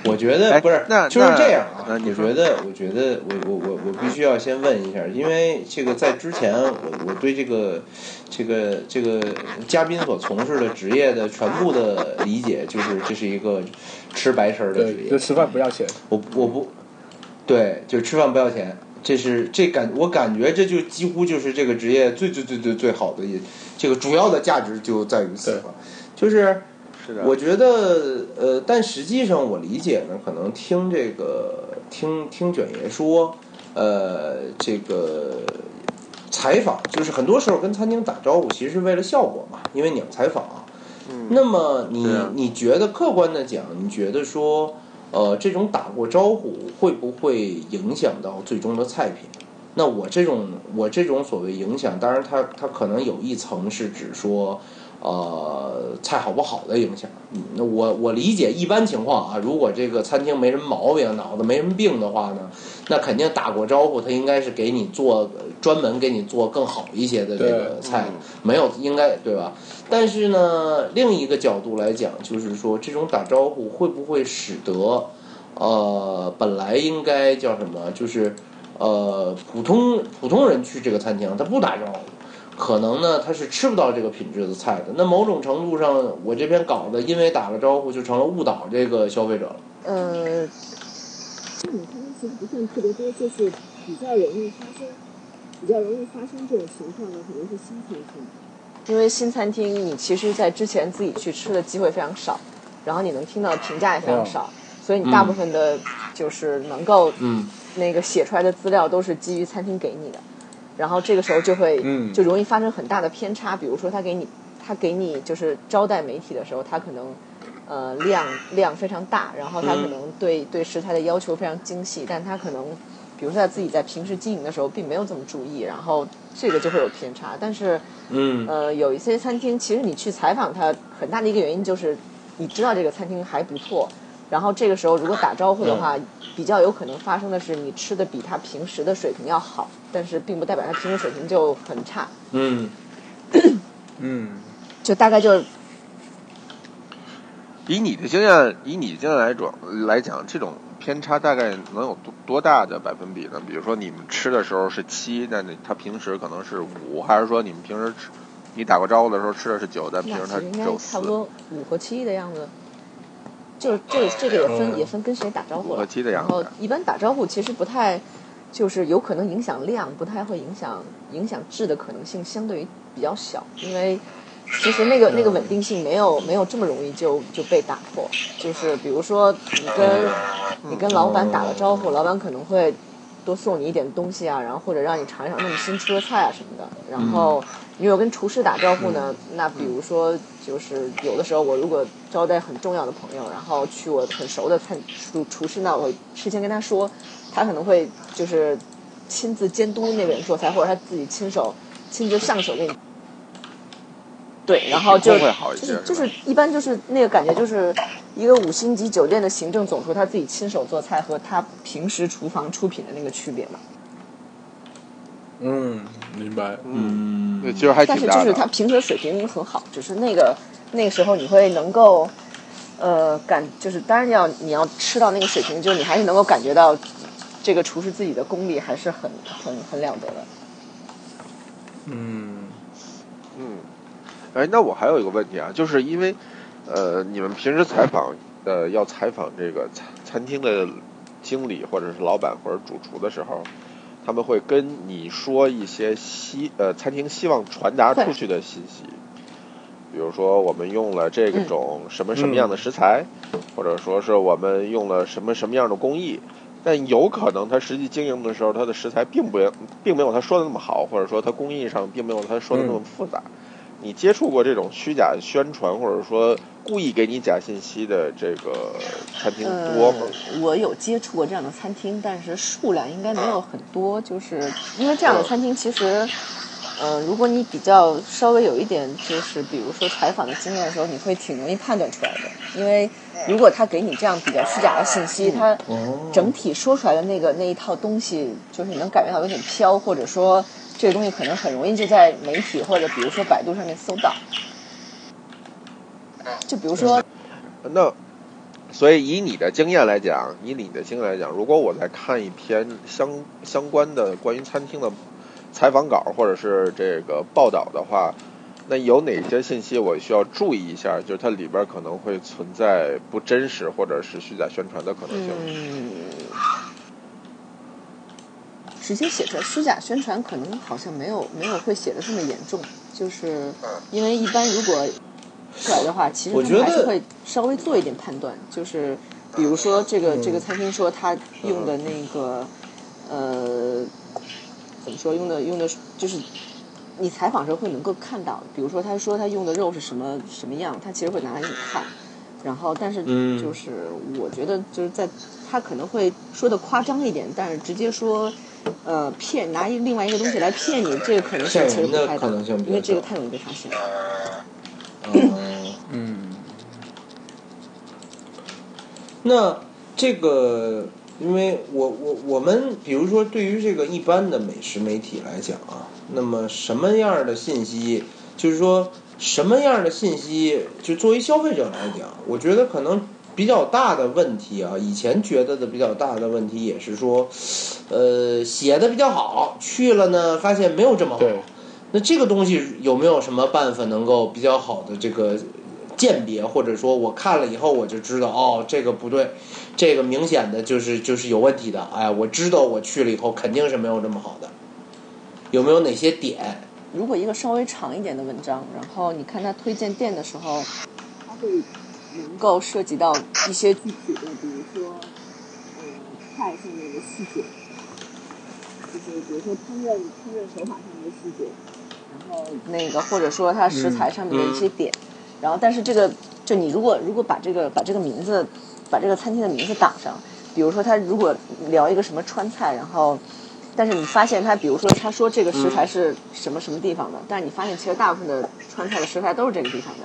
C: 我觉得
A: 哎
C: 不是，
A: 那
C: 就是
A: 那
C: 这样啊。
A: 那
C: 我
A: 你说
C: 觉得，我觉得，我我我我必须要先问一下，因为这个在之前，我我对这个这个这个嘉宾所从事的职业的全部的理解，就是这是一个吃白食儿的职
B: 对，
C: 业
B: 就。吃饭不要钱，
C: 我我不，对，就是吃饭不要钱，这是这感我感觉这就几乎就是这个职业最最最最最好的一这个主要的价值就在于此了，就是
A: 是的，
C: 我觉得呃，但实际上我理解呢，可能听这个听听卷爷说，呃，这个采访就是很多时候跟餐厅打招呼，其实是为了效果嘛，因为你要采访。啊
A: 嗯
C: 那么你
A: 对啊
C: 你觉得客观的讲，你觉得说，呃，这种打过招呼会不会影响到最终的菜品？那我这种我这种所谓影响，当然它它可能有一层是指说，呃，菜好不好的影响。嗯那我我理解一般情况啊，如果这个餐厅没什么毛病，脑子没什么病的话呢，那肯定打过招呼，他应该是给你做呃专门给你做更好一些的这个
B: 对
C: 菜
A: 嗯，
C: 没有应该对吧？但是呢，另一个角度来讲，就是说这种打招呼会不会使得，呃，本来应该叫什么，就是呃，普通普通人去这个餐厅，他不打招呼。可能呢，他是吃不到这个品质的菜的。那某种程度上，我这篇稿子因为打了招呼，就成了误导这个消费者了。
D: 呃，
E: 这种东西不算特别多，就是比较容易发生，比较容易发生这种情况的，可能是新餐厅。
D: 因为新餐厅你其实，在之前自己去吃的机会非常少，然后你能听到的评价也非常少，所以你大部分的，就是能够
C: 嗯，
D: 那个写出来的资料都是基于餐厅给你的，然后这个时候就会
B: 嗯
D: 就容易发生很大的偏差，比如说他给你他给你就是招待媒体的时候，他可能呃量量非常大，然后他可能对、对食材的要求非常精细，但他可能比如说他自己在平时经营的时候并没有这么注意，然后这个就会有偏差，但是。
C: 嗯
D: 呃，有一些餐厅，其实你去采访它，很大的一个原因就是你知道这个餐厅还不错，然后这个时候如果打招呼的话，比较有可能发生的是你吃的比他平时的水平要好，但是并不代表他平时水平就很差，
C: 嗯
B: 嗯，
D: 就大概就是
A: 以你的经验，以你的经验来讲来讲，这种偏差大概能有多多大的百分比呢？比如说你们吃的时候是七，那你他平时可能是五，还是说你们平时吃，你打过招呼的时候吃的是九，但平
D: 那
A: 时
D: 其
A: 他
D: 实应
A: 只
D: 该
A: 有
D: 差
A: 四
D: 不，多五和七的样子。就是这个这个也分、
B: 嗯
D: 也分跟谁打招呼
A: 五
D: 了
A: 和，七的样
D: 然后
A: 子。
D: 哦一般打招呼其实不太，就是有可能影响量，不太会影响影响质的可能性相对于比较小，因为其实那个那个稳定性没有没有这么容易就就被打破。就是比如说你跟你跟老板打了招呼，老板可能会多送你一点东西啊，然后或者让你尝一尝他们新出的菜啊什么的。然后你有跟厨师打招呼呢，那比如说就是有的时候我如果招待很重要的朋友，然后去我很熟的餐厨厨师那，我事先跟他说，他可能会就是亲自监督那个人做菜，或者他自己亲手亲自上手给你。对，然后就
A: 会好一
D: 就
A: 些
D: 是就是是一般就是那个感觉就是一个五星级酒店的行政总厨他自己亲手做菜和他平时厨房出品的那个区别嘛。
B: 嗯，明白，
A: 嗯，
C: 嗯
A: 对，其实还
D: 但
A: 挺
D: 是
A: 大的。
D: 就
A: 啊
D: 是他平时的水平很好，只是那个那个时候你会能够呃感就是当然要你要吃到那个水平，就是你还是能够感觉到这个厨师自己的功力还是很很很了得的。
B: 嗯，
A: 嗯，哎，那我还有一个问题啊，就是因为，呃，你们平时采访，呃，要采访这个餐餐厅的经理或者是老板或者主厨的时候，他们会跟你说一些希呃餐厅希望传达出去的信息，比如说我们用了这个种什么什么样的食材，或者说是我们用了什么什么样的工艺。但有可能他实际经营的时候，他的食材并不并没有他说的那么好，或者说他工艺上并没有他说的那么复杂。你接触过这种虚假宣传，或者说故意给你假信息的这个餐厅多吗？
D: 呃、我有接触过这样的餐厅，但是数量应该没有很多，就是因为这样的餐厅其实，嗯、如果你比较稍微有一点就是比如说采访的经验的时候，你会挺容易判断出来的，因为如果他给你这样比较虚假的信息，他
C: 哦
D: 整体说出来的那个那一套东西，就是你能感觉到有点飘，或者说这个东西可能很容易就在媒体或者比如说百度上面搜到。就比如说，
A: 那所以以你的经验来讲，以你的经验来讲，如果我在看一篇相相关的关于餐厅的采访稿或者是这个报道的话，那有哪些信息我需要注意一下？就是它里边可能会存在不真实或者是虚假宣传的可能性。
D: 嗯，直接写着虚假宣传，可能好像没有没有会写的这么严重，就是因为一般如果出来的话，其
C: 嗯
D: 实
C: 我
D: 他们
C: 觉
D: 还是
C: 得
D: 会稍微做一点判断，就是比如说这
C: 嗯
D: 个、这个餐厅说他用的那个呃怎么说用的用的就是。你采访时候会能够看到，比如说他说他用的肉是什么什么样，他其实会拿来给你看，然后但是
C: 嗯
D: 就是我觉得就是在他可能会说的夸张一点，但是直接说呃骗拿一另外一个东西来骗你，这个可能性其实不
C: 骗人的可
D: 太大
C: 能性比，较
D: 因为这个太容易被发现了。
C: 嗯，
B: 嗯，
C: 那这个，因为我我我们比如说对于这个一般的美食媒体来讲啊，那么什么样的信息，就是说什么样的信息，就作为消费者来讲，我觉得可能比较大的问题啊，以前觉得的比较大的问题也是说，呃，写的比较好，去了呢发现没有这么好。
B: 对，
C: 那这个东西有没有什么办法能够比较好的这个鉴别，或者说我看了以后我就知道哦，这个不对，这个明显的就是就是有问题的。哎，我知道我去了以后肯定是没有这么好的。有没有哪些点？
D: 如果一个稍微长一点的文章，然后你看他推荐店的时候，
E: 它会能
D: 能够涉及到一些
E: 具体的，比如说，呃，菜上面的细节，就是比如说烹饪烹饪手法上面的细节，然后
D: 那个，或者说它食材上面的一些点。然后，但是这个，就你如果如果把这个把这个名字，把这个餐厅的名字挡上，比如说他如果聊一个什么川菜，然后，但是你发现他，比如说他说这个食材是什么什么地方的，但是你发现其实大部分的川菜的食材都是这个地方的。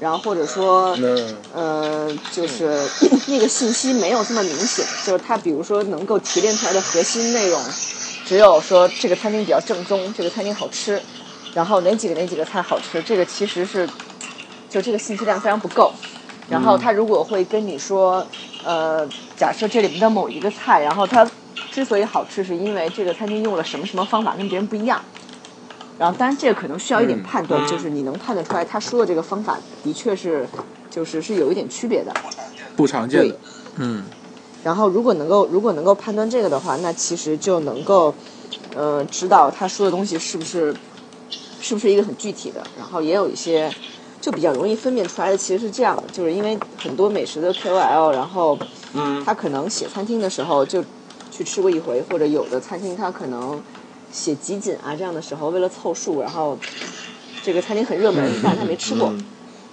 D: 然后或者说，
B: 那
D: 呃，就是那个信息没有这么明显，就是它比如说能够提炼出来的核心内容，只有说这个餐厅比较正宗，这个餐厅好吃，然后哪几个哪几个菜好吃，这个其实是就这个信息量非常不够。然
B: 嗯
D: 后他如果会跟你说，呃，假设这里面的某一个菜，然后它之所以好吃，是因为这个餐厅用了什么什么方法跟别人不一样。然后，当然这个可能需要一点
B: 嗯
D: 判断，就是你能判断出来他说的这个方法的确是，就是是有一点区别的。
B: 不常见的，嗯
D: 然后如果能够如果能够判断这个的话，那其实就能够，呃，知道他说的东西是不是是不是一个很具体的，然后也有一些就比较容易分辨出来的，其实是这样的，就是因为很多美食的 KOL，然后
C: 嗯
D: 他可能写餐厅的时候就去吃过一回，或者有的餐厅他可能写集锦啊这样的时候，为了凑数，然后这个餐厅很热门，但是他没吃过，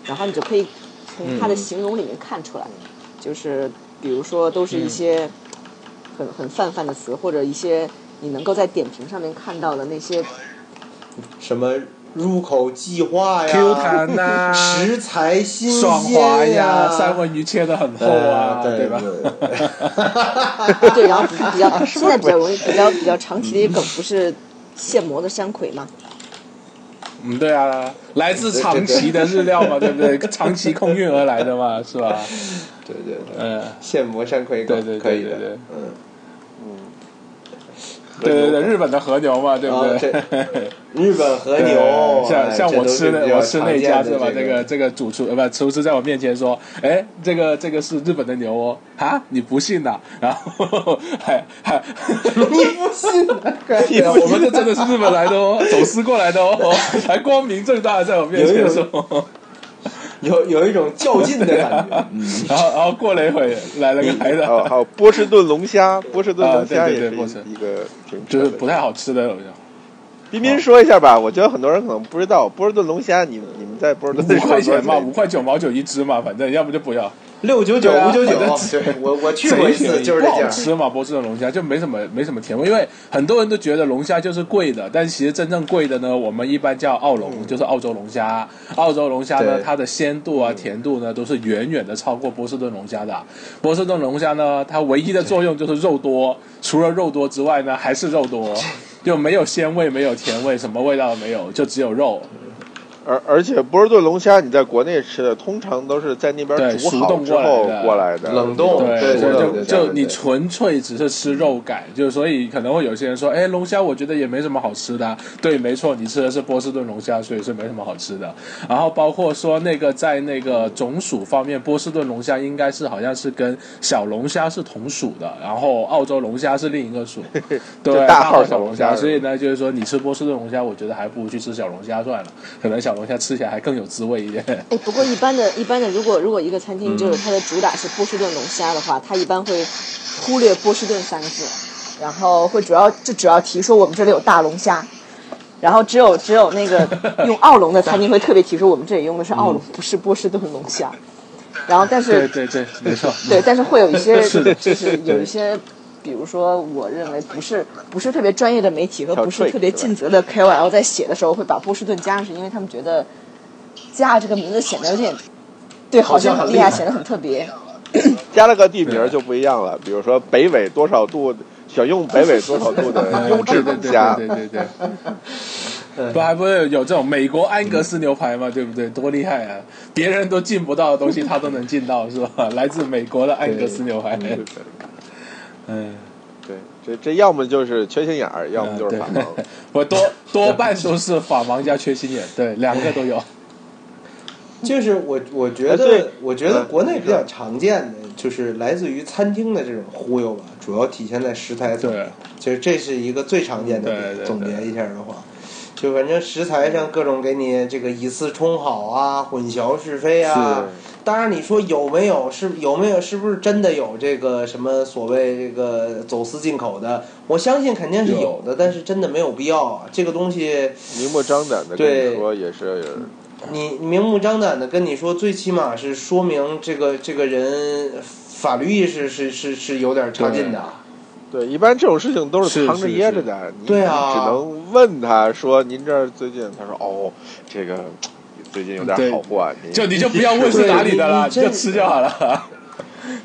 D: 然后你就可以从他的形容里面看出来，就是比如说都是一些很很泛泛的词，或者一些你能够在点评上面看到的那些
C: 什么入口即化呀
B: ，Q 弹呐，
C: 食材新鲜
B: 爽滑
C: 啊呀，
B: 三文鱼切的很厚啊，
C: 呃对
B: 吧？
C: 对
D: 对，然后比比较现在比较容易比较比较常提的一个梗不是现磨的山葵嘛，
B: 嗯，对啊，来自长崎的日料嘛，对不对？长崎空运而来的嘛，是吧？
C: 对对对，
B: 嗯，
C: 现磨山葵
B: 对
C: 梗
B: 对对
C: 可以
B: 对
C: 的
B: 对，
C: 嗯。
B: 对对对，日本的和牛嘛，对不啊对？
C: 哦日本和
B: 对
C: 牛，
B: 像
C: 哎
B: 像我吃
C: 这都是比
B: 的，
C: 较
B: 我吃那家
C: 常见
B: 是吧？
C: 的
B: 这
C: 这
B: 个这个主厨呃不厨师在我面前说，哎，这个这个是日本的牛哦，啊，你不信呐？然后还还，
C: 你不信，
B: 对啊我们这真的是日本来的哦，走私过来的 哦，还光明正大地在我面前说，
C: 有有一种较劲的感觉。嗯，
B: 然后然后过了一会来了个孩子
A: 还，
C: 哦
A: 有还有波士顿龙虾，波士顿龙
B: 啊
A: 虾
B: 对
A: 也是
B: 对对
A: 一
B: 波士
A: 一个挺
B: 就是
A: 扯
B: 不
A: 的。
B: 太好吃 的，
A: 彬彬说一下吧，我觉得很多人可能不知道波士顿龙虾，你们你们在波士顿
B: 五块钱嘛，
A: 嘛，
B: 五块九毛九一只嘛，反正要不就不要。
C: 六九九
B: 对啊
C: 五九九
B: 反正，
C: 对我我去
B: 贼
C: 过一
B: 便
C: 次，
B: 宜
C: 就是
B: 不
C: 这
B: 好
C: 样。
B: 吃嘛，波士顿龙虾就没什么没什么甜味，因为很多人都觉得龙虾就是贵的，但其实真正贵的呢，我们一般叫澳龙，就是澳洲龙虾。澳洲龙虾呢，
C: 嗯对嗯
B: 它的鲜度啊、甜度呢，都是远远的超过波士顿龙虾的。波士顿龙虾呢，它唯一的作用就是肉多，除了肉多之外呢，还是肉多，就没有鲜味，没有甜味，什么味道都没有，就只有肉。
A: 而而且波士顿龙虾你在国内吃的，通常都是在那边
B: 对
A: 煮
B: 熟
A: 好
B: 冻
A: 之
B: 过来
A: 后
B: 的
A: 过来的，
C: 冷冻对
B: 对，
A: 熟
B: 所以
A: 的
B: 就
C: 冷冻
A: 龙虾
B: 就你
A: 对
B: 纯粹只是吃肉感，就所以可能会有些人说，哎，龙虾我觉得也没什么好吃的啊、对，没错，你吃的是波士顿龙虾，所以是没什么好吃的。然后包括说那个在那个种属方面，波士顿龙虾应该是好像是跟小龙虾是同属的，然后澳洲龙虾是另一个属，对，
A: 就大
B: 大
A: 号
B: 号
A: 小
B: 小
A: 龙
B: 龙
A: 虾
B: 虾。所以呢，就是说你吃波士顿龙虾，我觉得还不如去吃小龙虾算了，可能小龙虾吃起来还更有滋味一点。
D: 哎，不过一般的、一般的，如果如果一个餐厅就是它的主打是波士顿龙虾的话，它一般会忽略波士顿三个字，然后会主要就只要提说我们这里有大龙虾，然后只有只有那个用澳龙的餐厅会特别提出我们这里用的是澳龙，不是波士顿龙虾。然后但
B: 对
D: 是
B: 对对，没错。
D: 对， 但是会有一些
B: 是的
D: 就是有一些。比如说，我认为不是不是特别专业的媒体和
A: 小
D: 不是
A: trick，
D: 特
A: 对
D: 别
A: 吧
D: 尽责的 KOL 在写的时候会把波士顿加上去，因为他们觉得加这个名字显得有点对，好像很厉害，显得很特别。
A: 加了个地名儿就不一样了，比如说北纬多少度，选用北纬多少度的优质
B: 呃对
A: 龙虾，
B: 对对对对对。 不还不是有这种美国安格斯牛排嘛，对不对？多厉害啊！别人都进不到的东西，他都能进到，是吧？ 来自美国的安格斯牛排，
A: 对
B: 嗯，
A: 对，这这要么就是缺心眼儿，要么就是
B: 嗯
A: 法
B: 对
A: 盲。
B: 我多多半都是法盲加缺心眼，对，两个都有。
C: 就是我我觉
A: 哎对
C: 得，我觉
B: 呃
C: 得
A: 嗯
C: 国内比
A: 你
C: 较
A: 说
C: 常见的就是来自于餐厅的这种忽悠吧，主要体现在食材层面
B: 对。
C: 就是这是一个最常见的
B: 对
C: 点。
B: 对
C: 总
B: 对
C: 结一下的话，就反正食材上各种给你这个以次充好啊，混淆是非啊。当然，你说有没有是有没有是不是真的有这个什么所谓这个走私进口的？我相信肯定是
B: 有
C: 有的，但是真的没有必要啊。这个东西。
A: 明目张胆的跟你
C: 对
A: 说也是，
C: 你明目张胆的跟你说，最起码是说明这个这个人法律意识是是是有点差劲的。
A: 对，一般这种事情都是
B: 是
A: 藏着
B: 是
A: 掖着
B: 是
A: 的，你
C: 对啊
A: 你只能问他说您这儿最近，他说哦，这个最近有点
B: 对
A: 好货啊，
B: 就
A: 你
B: 你就不要问是哪里的啦，
C: 对
B: 你
C: 你
B: 就吃就好了。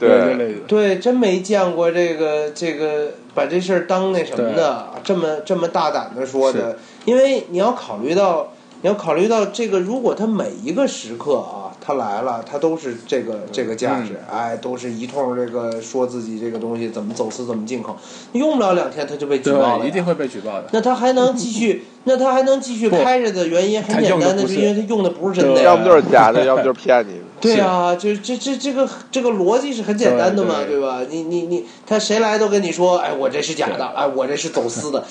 B: 这
A: 对
B: 类的。
C: 对，真没见过这个这个把这事儿当那什么的，这么这么大胆的说的。因为你要考虑到，你要考虑到这个，如果他每一个时刻啊，他来了，他都是这个
B: 嗯
C: 这个架势，哎，都是一通这个说自己这个东西怎么走私怎么进口，用不了两天他就被举报了呀，
B: 对，一定会被举报的。
C: 那他还能继 续，那他还能继续开着的原因很
B: 他
C: 简
B: 用的
C: 单的，
B: 不
C: 是
B: 是
C: 因为他用的不是真的
B: 对啊
A: 要
C: 呀。
A: 么就是假的，要么就是骗你的。
C: 对啊，就这这这个这个逻辑是很简单的嘛，
B: 对对
C: 对吧？你你你，他谁来都跟你说，哎，我这是假的，哎，我这是走私的，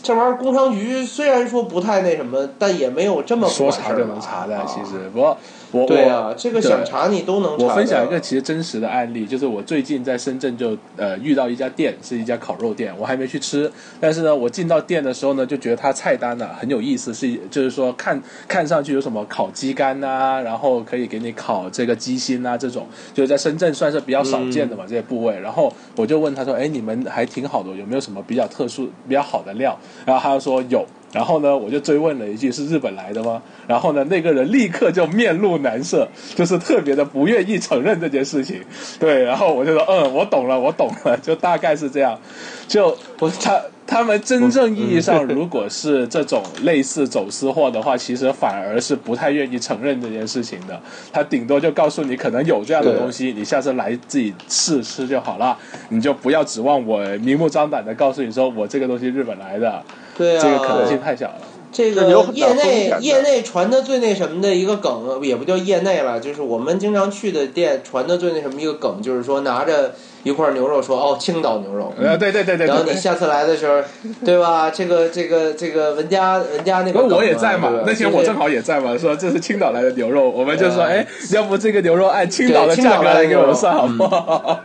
C: 这玩意儿工商局虽然说不太那什么，但也没有这么
B: 说
C: 管事
B: 查
C: 儿
B: 就
C: 吧
B: 能查的
C: 啊，
B: 其实。不过我
C: 对啊
B: 我，
C: 这个
B: 对
C: 想查你都能查。
B: 我分享一个，其实真实的案例，就是我最近在深圳就呃遇到一家店，是一家烤肉店，我还没去吃，但是呢，我进到店的时候呢，就觉得它菜单呢、很有意思，是就是说看看上去有什么烤鸡肝呐、然后可以给你烤这个鸡心啊这种，就是在深圳算是比较少见的嘛、这些部位。然后我就问他说，哎，你们还挺好的，有没有什么比较特殊、比较好的料？然后他就说有。然后呢，我就追问了一句：“是日本来的吗？”然后呢，那个人立刻就面露难色，就是特别的不愿意承认这件事情。对，然后我就说：“嗯，我懂了，我懂了。”就大概是这样。就我他他们真正意义上，如果是这种类似走私货的话，其实反而是不太愿意承认这件事情的。他顶多就告诉你可能有这样的
C: 对
B: 东西，你下次来自己试吃就好了，你就不要指望我明目张胆的告诉你说我这个东西日本来的，
C: 对啊，
B: 这个可能性太小了。
C: 这
A: 这有
C: 个
A: 很大
C: 业
A: 风险
C: 内
A: 的
C: 业内传的最那什么的一个梗，也不叫业内了，就是我们经常去的店传的最那什么一个梗，就是说拿着一块牛肉说哦青岛牛肉，
B: 呃，对对对对，
C: 然后
B: 对
C: 你下次来的时候，对吧？这个这个这个文佳文佳那
B: 因为
C: 个梗嘛，
B: 我也在嘛
C: 对吧，啊
B: 那天我正。好也在嘛，说这是青岛来的牛肉，我们就说，哎，要不这个牛肉按青岛的价格来给我们算好不好？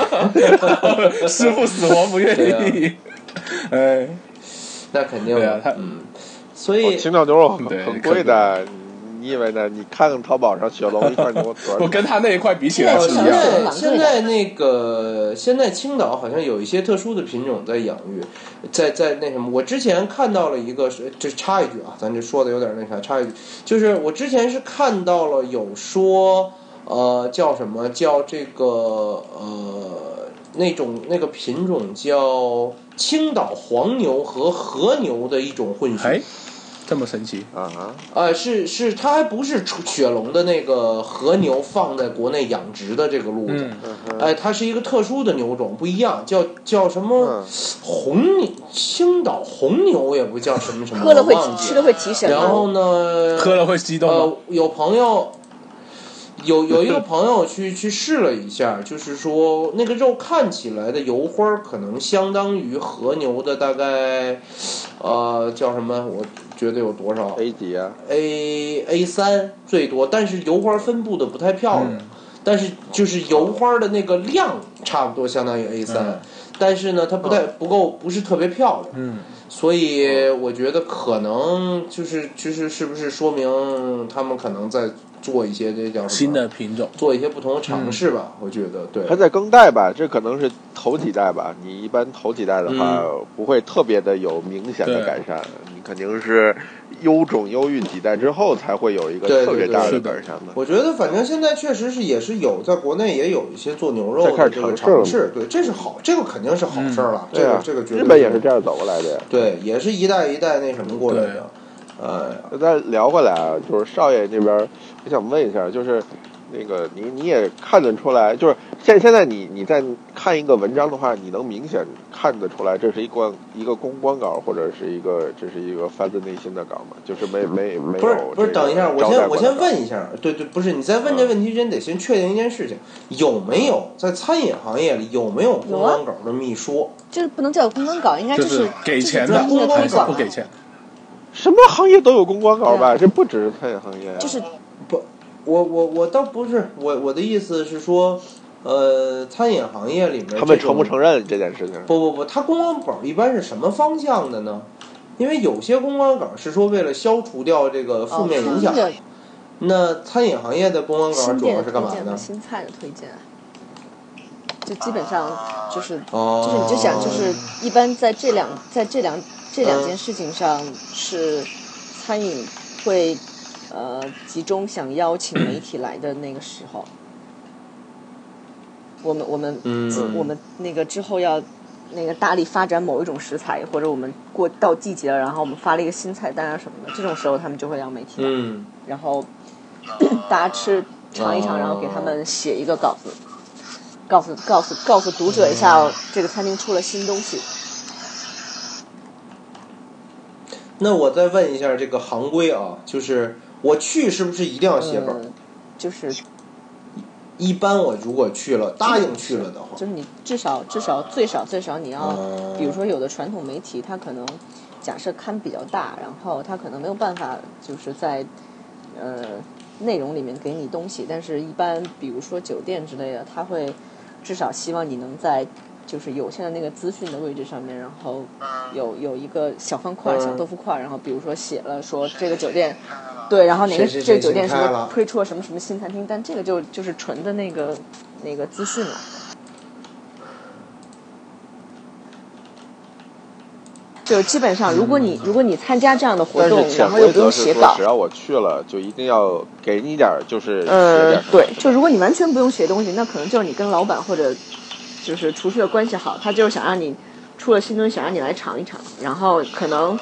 B: 师傅死活不愿意，
C: 啊
B: 哎，
C: 就是那肯定
B: 对啊
C: 的，
B: 他
C: 嗯，所
A: 我
C: 以
A: 青岛牛肉很
B: 对
A: 很贵的，你你以为呢？你看看淘宝上雪龙一块牛肉多少
B: 我
A: 钱？
B: 跟他那一块比起来
C: 哦
B: 是一
C: 现
B: 样的，
C: 在现在那个现在青岛好像有一些特殊的品种在养育，在在那什么，我之前看到了一个是，这插一句啊，咱这说的有点那啥，插一句，就是我之前是看到了有说，呃，叫什么叫这个呃那种那个品种叫青岛黄牛和和牛的一种混血，
B: 哎，这么神奇？
A: 啊哈，
C: 呃，是是，它还不是出雪龙的那个和牛放在国内养殖的这个路子，
B: 嗯
A: 嗯哼
C: 哎，它是一个特殊的牛种，不一样，叫叫什么
A: 嗯
C: 红牛青岛红牛也不叫什么什么，
D: 喝了会
C: 我忘记
D: 吃了会提神
C: 然
D: 吗？
C: 后呢，
B: 喝了会激动吗？
C: 呃，有朋友，有有一个朋友去去试了一下，就是说那个肉看起来的油花儿可能相当于和牛的大概，呃，叫什么？我觉得有多少
A: ，A 级啊，
C: ？A A 三最多，但是油花分布的不太漂亮。
B: 嗯
C: 但是就是油花的那个量差不多相当于 A 三、
B: 嗯
C: 但是呢，它不太不够，不是特别漂亮。
B: 嗯，
C: 所以我觉得可能就是就是是不是说明他们可能在做一些这叫什么
B: 新的品种。
C: 做一些不同的
A: 嗯
C: 尝试吧？我觉得对。
A: 它在更代吧，这可能是头几代吧。你一般头几代的话，不会特别的有明显的
B: 对
A: 改善，你肯定是优种优育几代之后才会有一个
C: 对
A: 特别
C: 对对
A: 大
B: 是的
A: 改善的。
C: 我觉得反正现在确实是也是有，在国内也有一些做牛肉
A: 在开
C: 的
A: 始
C: 这个
A: 尝试了
C: 尝试，对，这是好，这个肯定是好事儿了，这
A: 对
C: 个、
A: 啊，
C: 这个绝对
A: 日本也是这样走过来的呀。
C: 对，也是一代一代那什么过来
B: 对
C: 的，呃，
A: 那再聊回来啊，就是少爷那边儿，我想问一下，就是那个你你也看得出来，就是现现在你你在看一个文章的话，你能明显看得出来，这是一关一个公关稿，或者是一个这是一个发自内心的稿吗？就是没没没有
C: 不是不是，
A: 这个
C: 等一下，我
A: 招待过
C: 先我
A: 来
C: 先
A: 的，
C: 问一下，对对，不是你在问这问题之前得先确定一件事情，有没有在餐饮行业里有没有公
D: 有啊
C: 关稿的秘书？
D: 这不能叫公关稿，应该
B: 就
D: 这
B: 是给钱
D: 这
B: 的
D: 是专业
B: 还
D: 推
B: 是
D: 广
B: 不给钱？
A: 什么行业都有公关稿吧？这不只是餐饮行业呀、
D: 就是
C: 我我我倒不是，我我的意思是说，呃，餐饮行业里面
A: 他们
C: 这
A: 承
C: 种
A: 不承认这件事情？
C: 不不不，它公关稿一般是什么方向的呢？因为有些公关稿是说为了消除掉这个负面影响，
D: 哦
C: 那餐饮行业的公关稿
D: 新
C: 主
D: 店
C: 要
D: 的
C: 是干
D: 推
C: 嘛
D: 荐和
C: 呢？
D: 新菜的推荐，就基本上就是
C: 哦，
D: 就是你就想，就是一般在这两在这两这两
C: 嗯
D: 件事情上，是餐饮会呃集中想邀请媒体来的那个时候。我们我们
C: 嗯
D: 我们那个之后要那个大力发展某一种食材，或者我们过到季节了，然后我们发了一个新菜单啊什么的，这种时候他们就会让媒体来，
C: 嗯。
D: 然后大家吃尝一尝，然后给他们写一个稿子，告诉告诉告诉读者一下、这个餐厅出了新东西。
C: 那我再问一下这个行规啊，就是我去是不是一定要写本儿？
D: 嗯，就是就
C: 一般我如果去了，答应去了的话，
D: 是你至少至少最少最少你要，
C: 嗯
D: 比如说有的传统媒体，它可能假设刊比较大，然后它可能没有办法就是在呃内容里面给你东西，但是一般比如说酒店之类的，它会至少希望你能在。就是有限的那个资讯的位置上面，然后有有一个小方块、
C: 嗯
D: 小豆腐块，然后比如说写了说这个酒店，对，然后哪个
C: 谁谁谁
D: 这个酒店什
C: 新开
D: 么
C: 了
D: 推出了什么什么新餐厅，但这个就就是纯的那个那个资讯了。就基本上，如果你、如果你参加这样的活
A: 但
D: 动
A: 是，潜
D: 然后又
A: 规
D: 不用
A: 则是
D: 写
A: 说，
D: 稿
A: 只，要我去了，就一定要给你点儿，就是写点
D: 呃
A: 儿什，么
D: 对，就如果你完全不用写东西，那可能就是你跟老板或者就是厨师的关系好，他就是想让你出了新东西，想让你来尝一尝，然后可能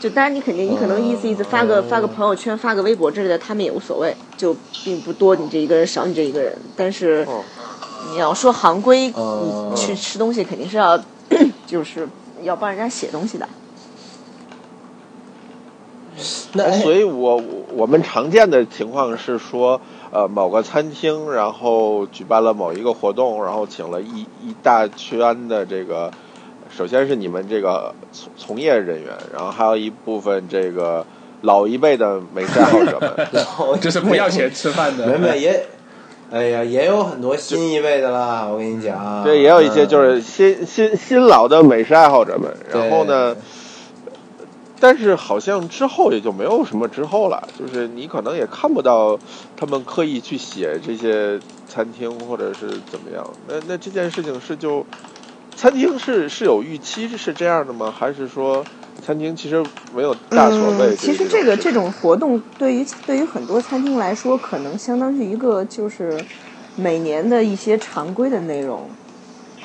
D: 就当然你肯定你可能意思意思发
A: 哦
D: 个发个朋友圈、发个微博之类的，他们也无所谓，就并不多你这一个人少你这一个人，但是
A: 哦
D: 你要说行规，
C: 嗯
D: 你去吃东西肯定是要 就是要帮人家写东西的，
C: 那
A: 哎，
C: 哎。
A: 所以我我我们常见的情况是说，呃，某个餐厅然后举办了某一个活动，然后请了一一大圈的这个，首先是你们这个从从业人员，然后还有一部分这个老一辈的美食爱好者们
C: 然后
B: 就是不要钱吃饭的。
C: 没没也，哎呀，也有很多新一辈的啦，我跟你讲，
A: 对，也有一些
C: 嗯
A: 就是新新新老的美食爱好者们，
C: 对
A: 然后呢，但是好像之后也就没有什么之后了，就是你可能也看不到他们刻意去写这些餐厅或者是怎么样。那那这件事情是就餐厅是是有预期是这样的吗？还是说餐厅其实没有大所谓？
D: 嗯、其实
A: 这
D: 这个
A: 种事
D: 这
A: 情
D: 种活动对于对于很多餐厅来说，可能相当于一个
F: 呃
D: 就是每年的一些常规的内容，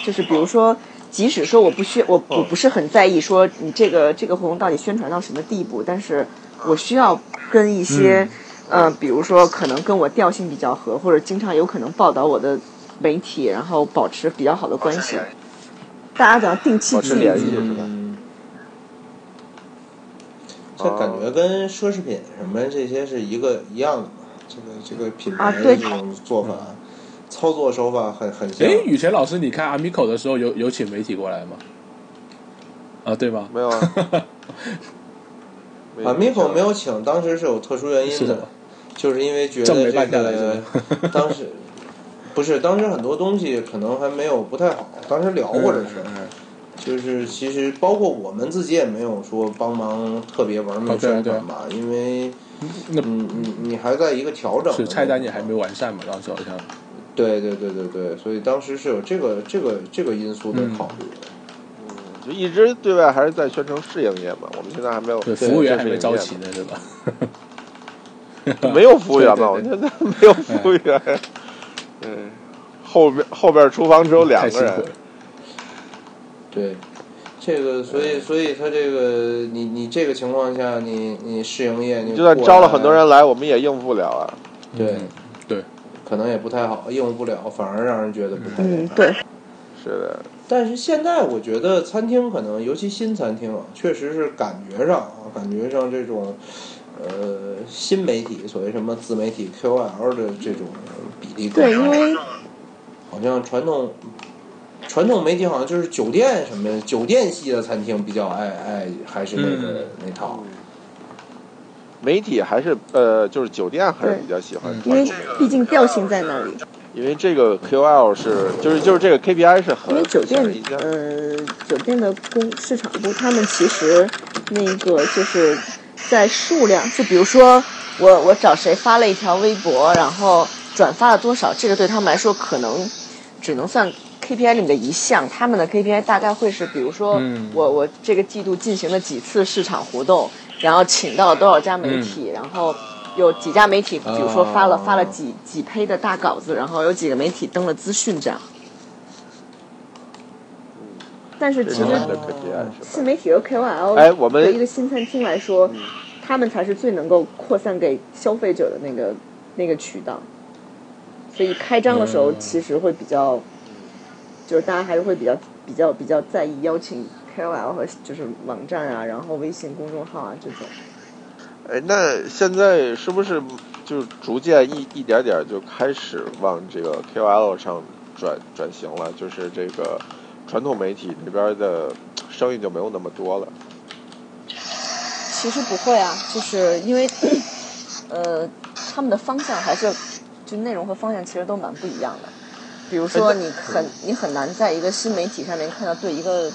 D: 就是比如说
F: 即使说我不需我
A: 嗯
F: 我不是很在意说你这个这个活动到底宣传到什么地步，但是我需要跟一些、
A: 嗯
F: 呃，比如说可能跟我调性比较合，或者经常有可能报道我的媒体，然后保持比较好的关系。大家只要定期
A: 保持
F: 聚
A: 联系
C: 嗯
F: 集，
A: 是吧？
C: 这感觉跟奢侈品什么这些是一个一样的嘛？这个这个品牌
F: 啊
C: 的
F: 对
C: 这种做法、操作手法很很像。
A: 啊
B: 哎，雨辰老师，你看 Amico 的时候有有请媒体过来吗？啊，对吗？
A: 没有 啊，没
C: 啊 m i k o 没有请，当时是有特殊原
B: 是
C: 因
B: 什
C: 的
B: 么，
C: 就是因为觉
B: 挣没
C: 得这
B: 办下来
C: 个
B: 是
C: 当时不是当时很多东西可能还没有不太好，当时聊过这事儿。
B: 嗯
C: 就是其实包括我们自己也没有说帮忙特别玩命
B: 哦对啊
C: 宣传吧，因为
B: 那
C: 嗯你你还在一个调整的
B: 是菜单也还没
C: 状
B: 完善嘛，当时好像。
C: 况对对对对对，所以当时是有这个这个这个因素的
B: 嗯
C: 考虑的。
A: 就一直对外还是在宣称试营业嘛，我们现在还没有
B: 对，
A: 正
B: 服务
A: 正
B: 员还
A: 式
B: 没
A: 营
B: 招
A: 业
B: 齐呢，对吧？
A: 嘛， 没有服务员吧？我
B: 对哎
A: 觉得没有服务员，嗯，后边后边厨房只有两
B: 太
A: 个
B: 辛苦
A: 人
B: 了，。
C: 对，这个所
A: 哎
C: 以所以他这个你你这个情况下，你你试营业，你
A: 就算招了很多人，来，我们也应付不了啊。
C: 对
B: 嗯，对，
C: 可能也不太好，应付不了，反而让人觉得不太
F: 嗯，对，
A: 是的，
C: 但是现在我觉得餐厅可能，尤其新餐厅啊，确实是感觉上啊，感觉上这种，呃，新媒体所谓什么自媒体 KOL 的这种比例更
F: 对，因
C: 高，
F: 为
C: 好像传统传统媒体好像就是酒店什么酒店系的餐厅比较爱爱还是那个、
B: 嗯
C: 那套，
A: 媒体还是呃，就是酒店还是
F: 对
A: 比较喜欢
B: 嗯
A: 传
F: 因
A: 统
F: 为毕竟调性在那里，
A: 因为这个 QL 是就是就是这个 KPI 是很
F: 因为酒店
A: 很一项
F: 呃酒店的供市场部，他们其实那个就是在数量，就比如说我我找谁发了一条微博，然后转发了多少，这个对他们来说可能只能算 KPI 里面的一项，他们的 KPI 大概会是，比如说、
B: 嗯
F: 我我这个季度进行了几次市场活动，然后请到了多少家媒体，然后。有几家媒体，比如说发了、发了几几胚的大稿子，然后有几个媒体登了资讯这样。但是
A: 这
F: 其
A: 是
F: 实
A: 他们的
C: 哦
A: KPI 是
F: 自
A: 吧？
F: 媒体和 KOL
A: 哎我们嗯
F: 对一个新餐厅来说，他们才是最能够扩散给消费者的那个那个渠道。所以开张的时候，
B: 嗯
F: 其实会比较，就是大家还是会比较比较比较在意邀请 KOL 和就是网站啊，然后微信公众号啊这种。
A: 哎，那现在是不是就逐渐一一点点就开始往这个 KOL 上转转型了？就是这个传统媒体这边的生意就没有那么多了。
D: 其实不会啊，就是因为，呃，他们的方向还是就内容和方向其实都蛮不一样的。比如
B: 哎
D: 说，你
B: 嗯
D: 很你很难在一个新媒体上面看到对一个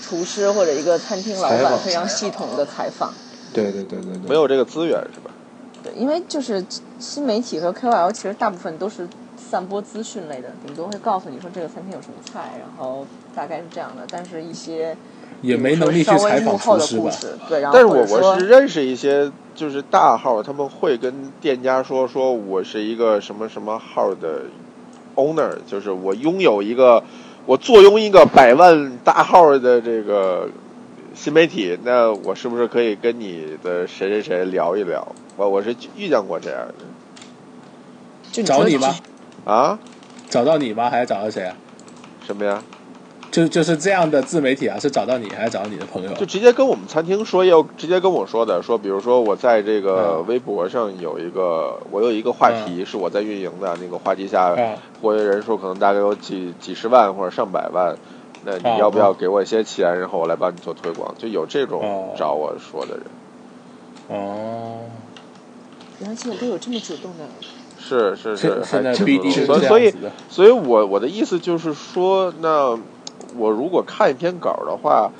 D: 厨师或者一个餐厅老
C: 采
D: 板
C: 访
D: 非常系统的采访，
C: 对对对对对，
A: 没有这个资源是吧？
D: 对，因为就是新媒体和 KOL 其实大部分都是散播资讯类的，顶多会告诉你说这个餐厅有什么菜，然后大概是这样的。但是一些
B: 也没能力去
D: 稍微
B: 采访
D: 幕
B: 厨
D: 后的
B: 师吧
D: 故？事，对，然后
A: 但是
D: 或
A: 我
D: 者说
A: 我是认识一些就是大号，他们会跟店家说说我是一个什么什么号的 owner，就是我拥有一个，我坐拥一个百万大号的这个新媒体，那我是不是可以跟你的谁谁谁聊一聊？我我是遇见过这样的
D: 就
B: 找你
D: 你说
B: 吗？
A: 啊？
B: 找到你吗？还是找到谁啊？
A: 什么呀？
B: 就就是这样的自媒体啊，是找到你还是找到你的朋友？啊
A: 就直接跟我们餐厅说，也有直接跟我说的，说比如说我在这个
B: 嗯
A: 微博上有一个，我有一个话题是我在运营的，那个话题下
B: 啊，
A: 活跃人数可能大概有几几十万或者上百万，那
B: 啊
A: 你要不要
B: 啊
A: 给我一些钱，然后我来帮你做推广？就有这种
B: 哦
A: 找我说的人，
B: 哦，
D: 原来现在都有这么主动的。
A: 是是是，
B: 现
A: 还
B: 现在
A: 挺
B: BD 是
A: 所以
B: 这
A: 所以
B: 样子的，
A: 所以我我的意思就是说，那我如果看一篇稿儿的话，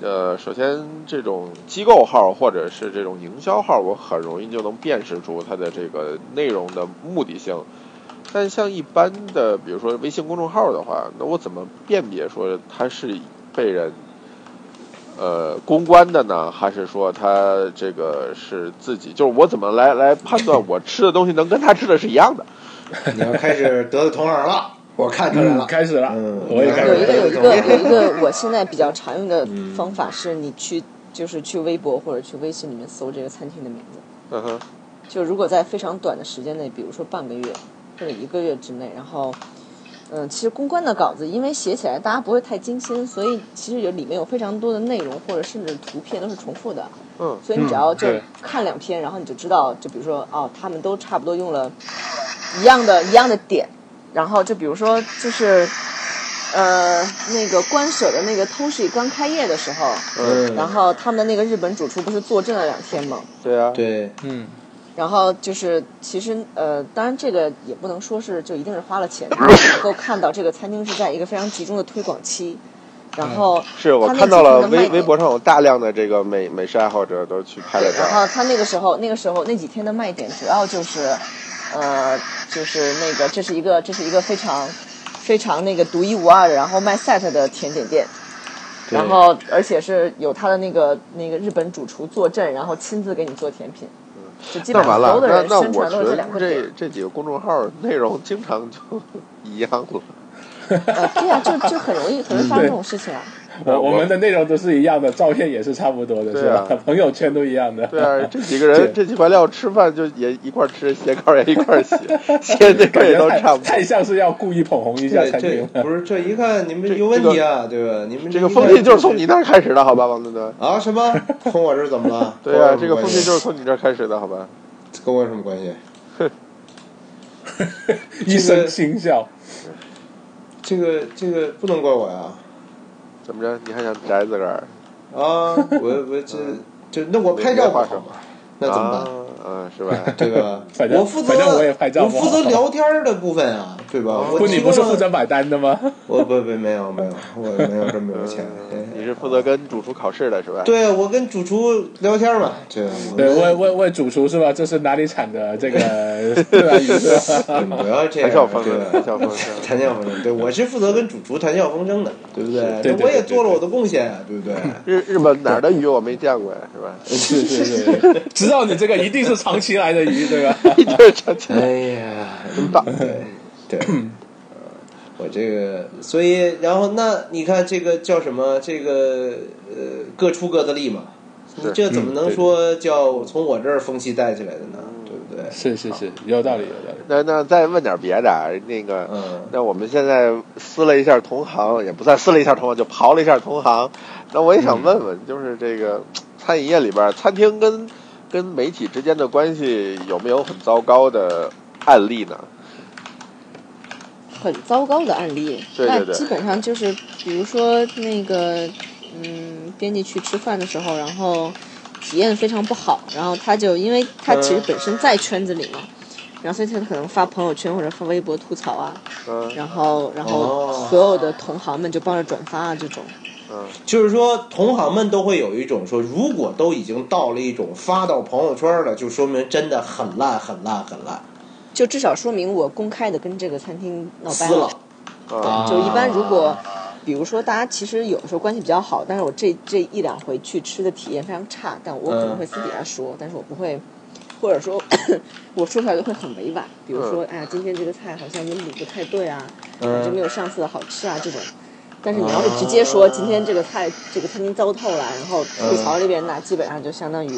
A: 呃，首先这种机构号或者是这种营销号，我很容易就能辨识出它的这个内容的目的性。但像一般的，比如说微信公众号的话，那我怎么辨别说它是被人呃公关的呢，还是说它这个是自己？就是我怎么来来判断我吃的东西能跟他吃的是一样的？
C: 你要开始得罪同行了。我看出来
B: 嗯，
C: 了，
B: 开始了，
C: 嗯
B: 我也开
D: 有一
B: 始
D: 个
B: 了。
D: 有一个有一个，我现在比较常用的方法是你去就是去微博或者去微信里面搜这个餐厅的名字。
A: 嗯哼，
D: 就如果在非常短的时间内，比如说半个月或者一个月之内，然后，嗯，其实公关的稿子因为写起来大家不会太精心，所以其实有里面有非常多的内容或者甚至图片都是重复的，
A: 嗯
D: 所以你只要就
B: 对
D: 看两篇，然后你就知道，就比如说哦，他们都差不多用了一样的一样的点，然后就比如说就是。呃，那个官舍的那个 Toshi 刚开业的时候，
A: 嗯，
D: 然后他们的那个日本主厨不是坐镇了两天吗？
A: 对啊，
C: 对，
B: 嗯，
D: 然后就是，其实呃，当然这个也不能说是就一定是花了钱，但是能够看到这个餐厅是在一个非常集中的推广期，然后
A: 嗯是我
D: 它那
A: 看到
D: 几天
A: 了
D: 的卖
A: 微
D: 点
A: 微博上有大量的这个美美食爱好者都去拍了
D: 对，然
A: 照，
D: 后他那个时候那个时候那几天的卖点主要就是，呃，就是那个这是一个这是一个非常非常那个独一无二的，然后卖 set 的甜点店，
C: 对
D: 然后而且是有他的那个那个日本主厨坐镇，然后亲自给你做甜品，就基
A: 嗯
D: 本
A: 那
D: 上
A: 完了，
D: 所有的
A: 那
D: 人
A: 那
D: 宣
A: 我
D: 传
A: 觉
D: 都是这
A: 得
D: 两个点。
A: 这这几个公众号内容经常就 一样了，
D: 呃，对呀、就就很容易，很容易发生这种事情啊。
B: 我
A: 我
B: 呃我们的内容都是一样的，照片也是差不多的，
A: 对
B: 是
A: 啊
B: 吧？ 朋友圈都一样的。
A: 对 啊，这几个人这几块料吃饭就也一块吃，写稿也一块写，写这
B: 感
A: 个也
B: 觉
A: 都
B: 太
A: 差不多。
B: 太像是要故意捧红一下
C: 这
B: 餐
C: 这
B: 厅了。
C: 不是这一看你
A: 这
C: 们有问题啊，对吧？你们
A: 这个
C: 一
A: 风
C: 看
A: 气就是从你那儿开始的，好吧，王墩墩？
C: 啊 什么？从我这儿怎么了？
A: 对啊，这个风
C: 跟我有什么关系
A: 气就是从你这儿开始的，好吧？
C: 跟我有什么关系？
B: 一声轻笑，
C: 这个这个不能怪我呀。
A: 怎么着？你还想宅自个儿？
C: 啊，我我这这那我拍照不好吗？那怎么办？
A: 啊？嗯，是吧？
C: 对吧？
B: 反正
C: 我负责，
B: 反正我也拍照
C: 我
B: 不好
C: 负责聊天儿的部分啊，对吧？我
B: 不，你不是
C: 提供了
B: 负责买单的吗？
C: 我不不没有没有，我没有这么有钱。哎
A: 嗯你是负责跟主厨考试的是吧？
C: 啊对我跟主厨聊天嘛，这我
B: 对，
C: 们
B: 问问问主厨是吧？这是哪里产的 这个对吧？鱼是吧？
C: 啊不要这样，
A: 谈笑风
C: 对
A: 生，谈笑
C: 吧
A: 风生。
C: 谈笑风生，对我是负责跟主厨谈笑风生的，对不对？
B: 对对
C: 那我也
B: 对对
C: 做了我的贡献啊，对不对？
A: 日日本哪儿的鱼我没见过呀，是吧？
B: 是是是，知道你这个一定是长期来的鱼，对 吧？
A: 一点儿想起来，
C: 哎 呀，
A: 真棒！
C: 对 对，呃我这个，所以然后那你看这个叫什么？这个呃，各出各的力嘛。你
A: 是
C: 这怎么
B: 嗯
C: 能
B: 对
C: 说叫从我这儿风气带起来的呢？对不对？
B: 是是是，有道理有道理。
A: 那那再问点别的，啊，那个，
C: 嗯
A: 那我们现在撕了一下同行，也不算撕了一下同行，就刨了一下同行。那我也想问问，就是这个餐饮业里边儿，餐厅跟跟媒体之间的关系有没有很糟糕的案例呢？
D: 很糟糕的案例。
A: 对对对
D: 那基本上就是，比如说那个，嗯，编辑去吃饭的时候，然后体验非常不好，然后他就因为他其实本身在圈子里嘛，然后所以他可能发朋友圈或者发微博吐槽啊，
A: 嗯
D: 然后然后
C: 哦
D: 所有的同行们就帮着转发啊这种。
A: 嗯，
C: 就是说，同行们都会有一种说，如果都已经到了一种发到朋友圈了，就说明真的很烂、很烂、很烂，
D: 就至少说明我公开的跟这个餐厅闹哦掰哦
C: 撕了。
A: 啊
D: 就一般如果，比如说大家其实有的时候关系比较好，但是我这这一两回去吃的体验非常差，但我可能会私底下说，但是我不会，或者说 我说出来就会很委婉，比如说，哎呀，今天这个菜好像温度不太对啊，就没
C: 嗯
D: 有上次的好吃啊这种。但是你要是直接说
C: 啊
D: 今天这个菜这个餐厅糟透了，然后吐槽这边那，基本上就相当于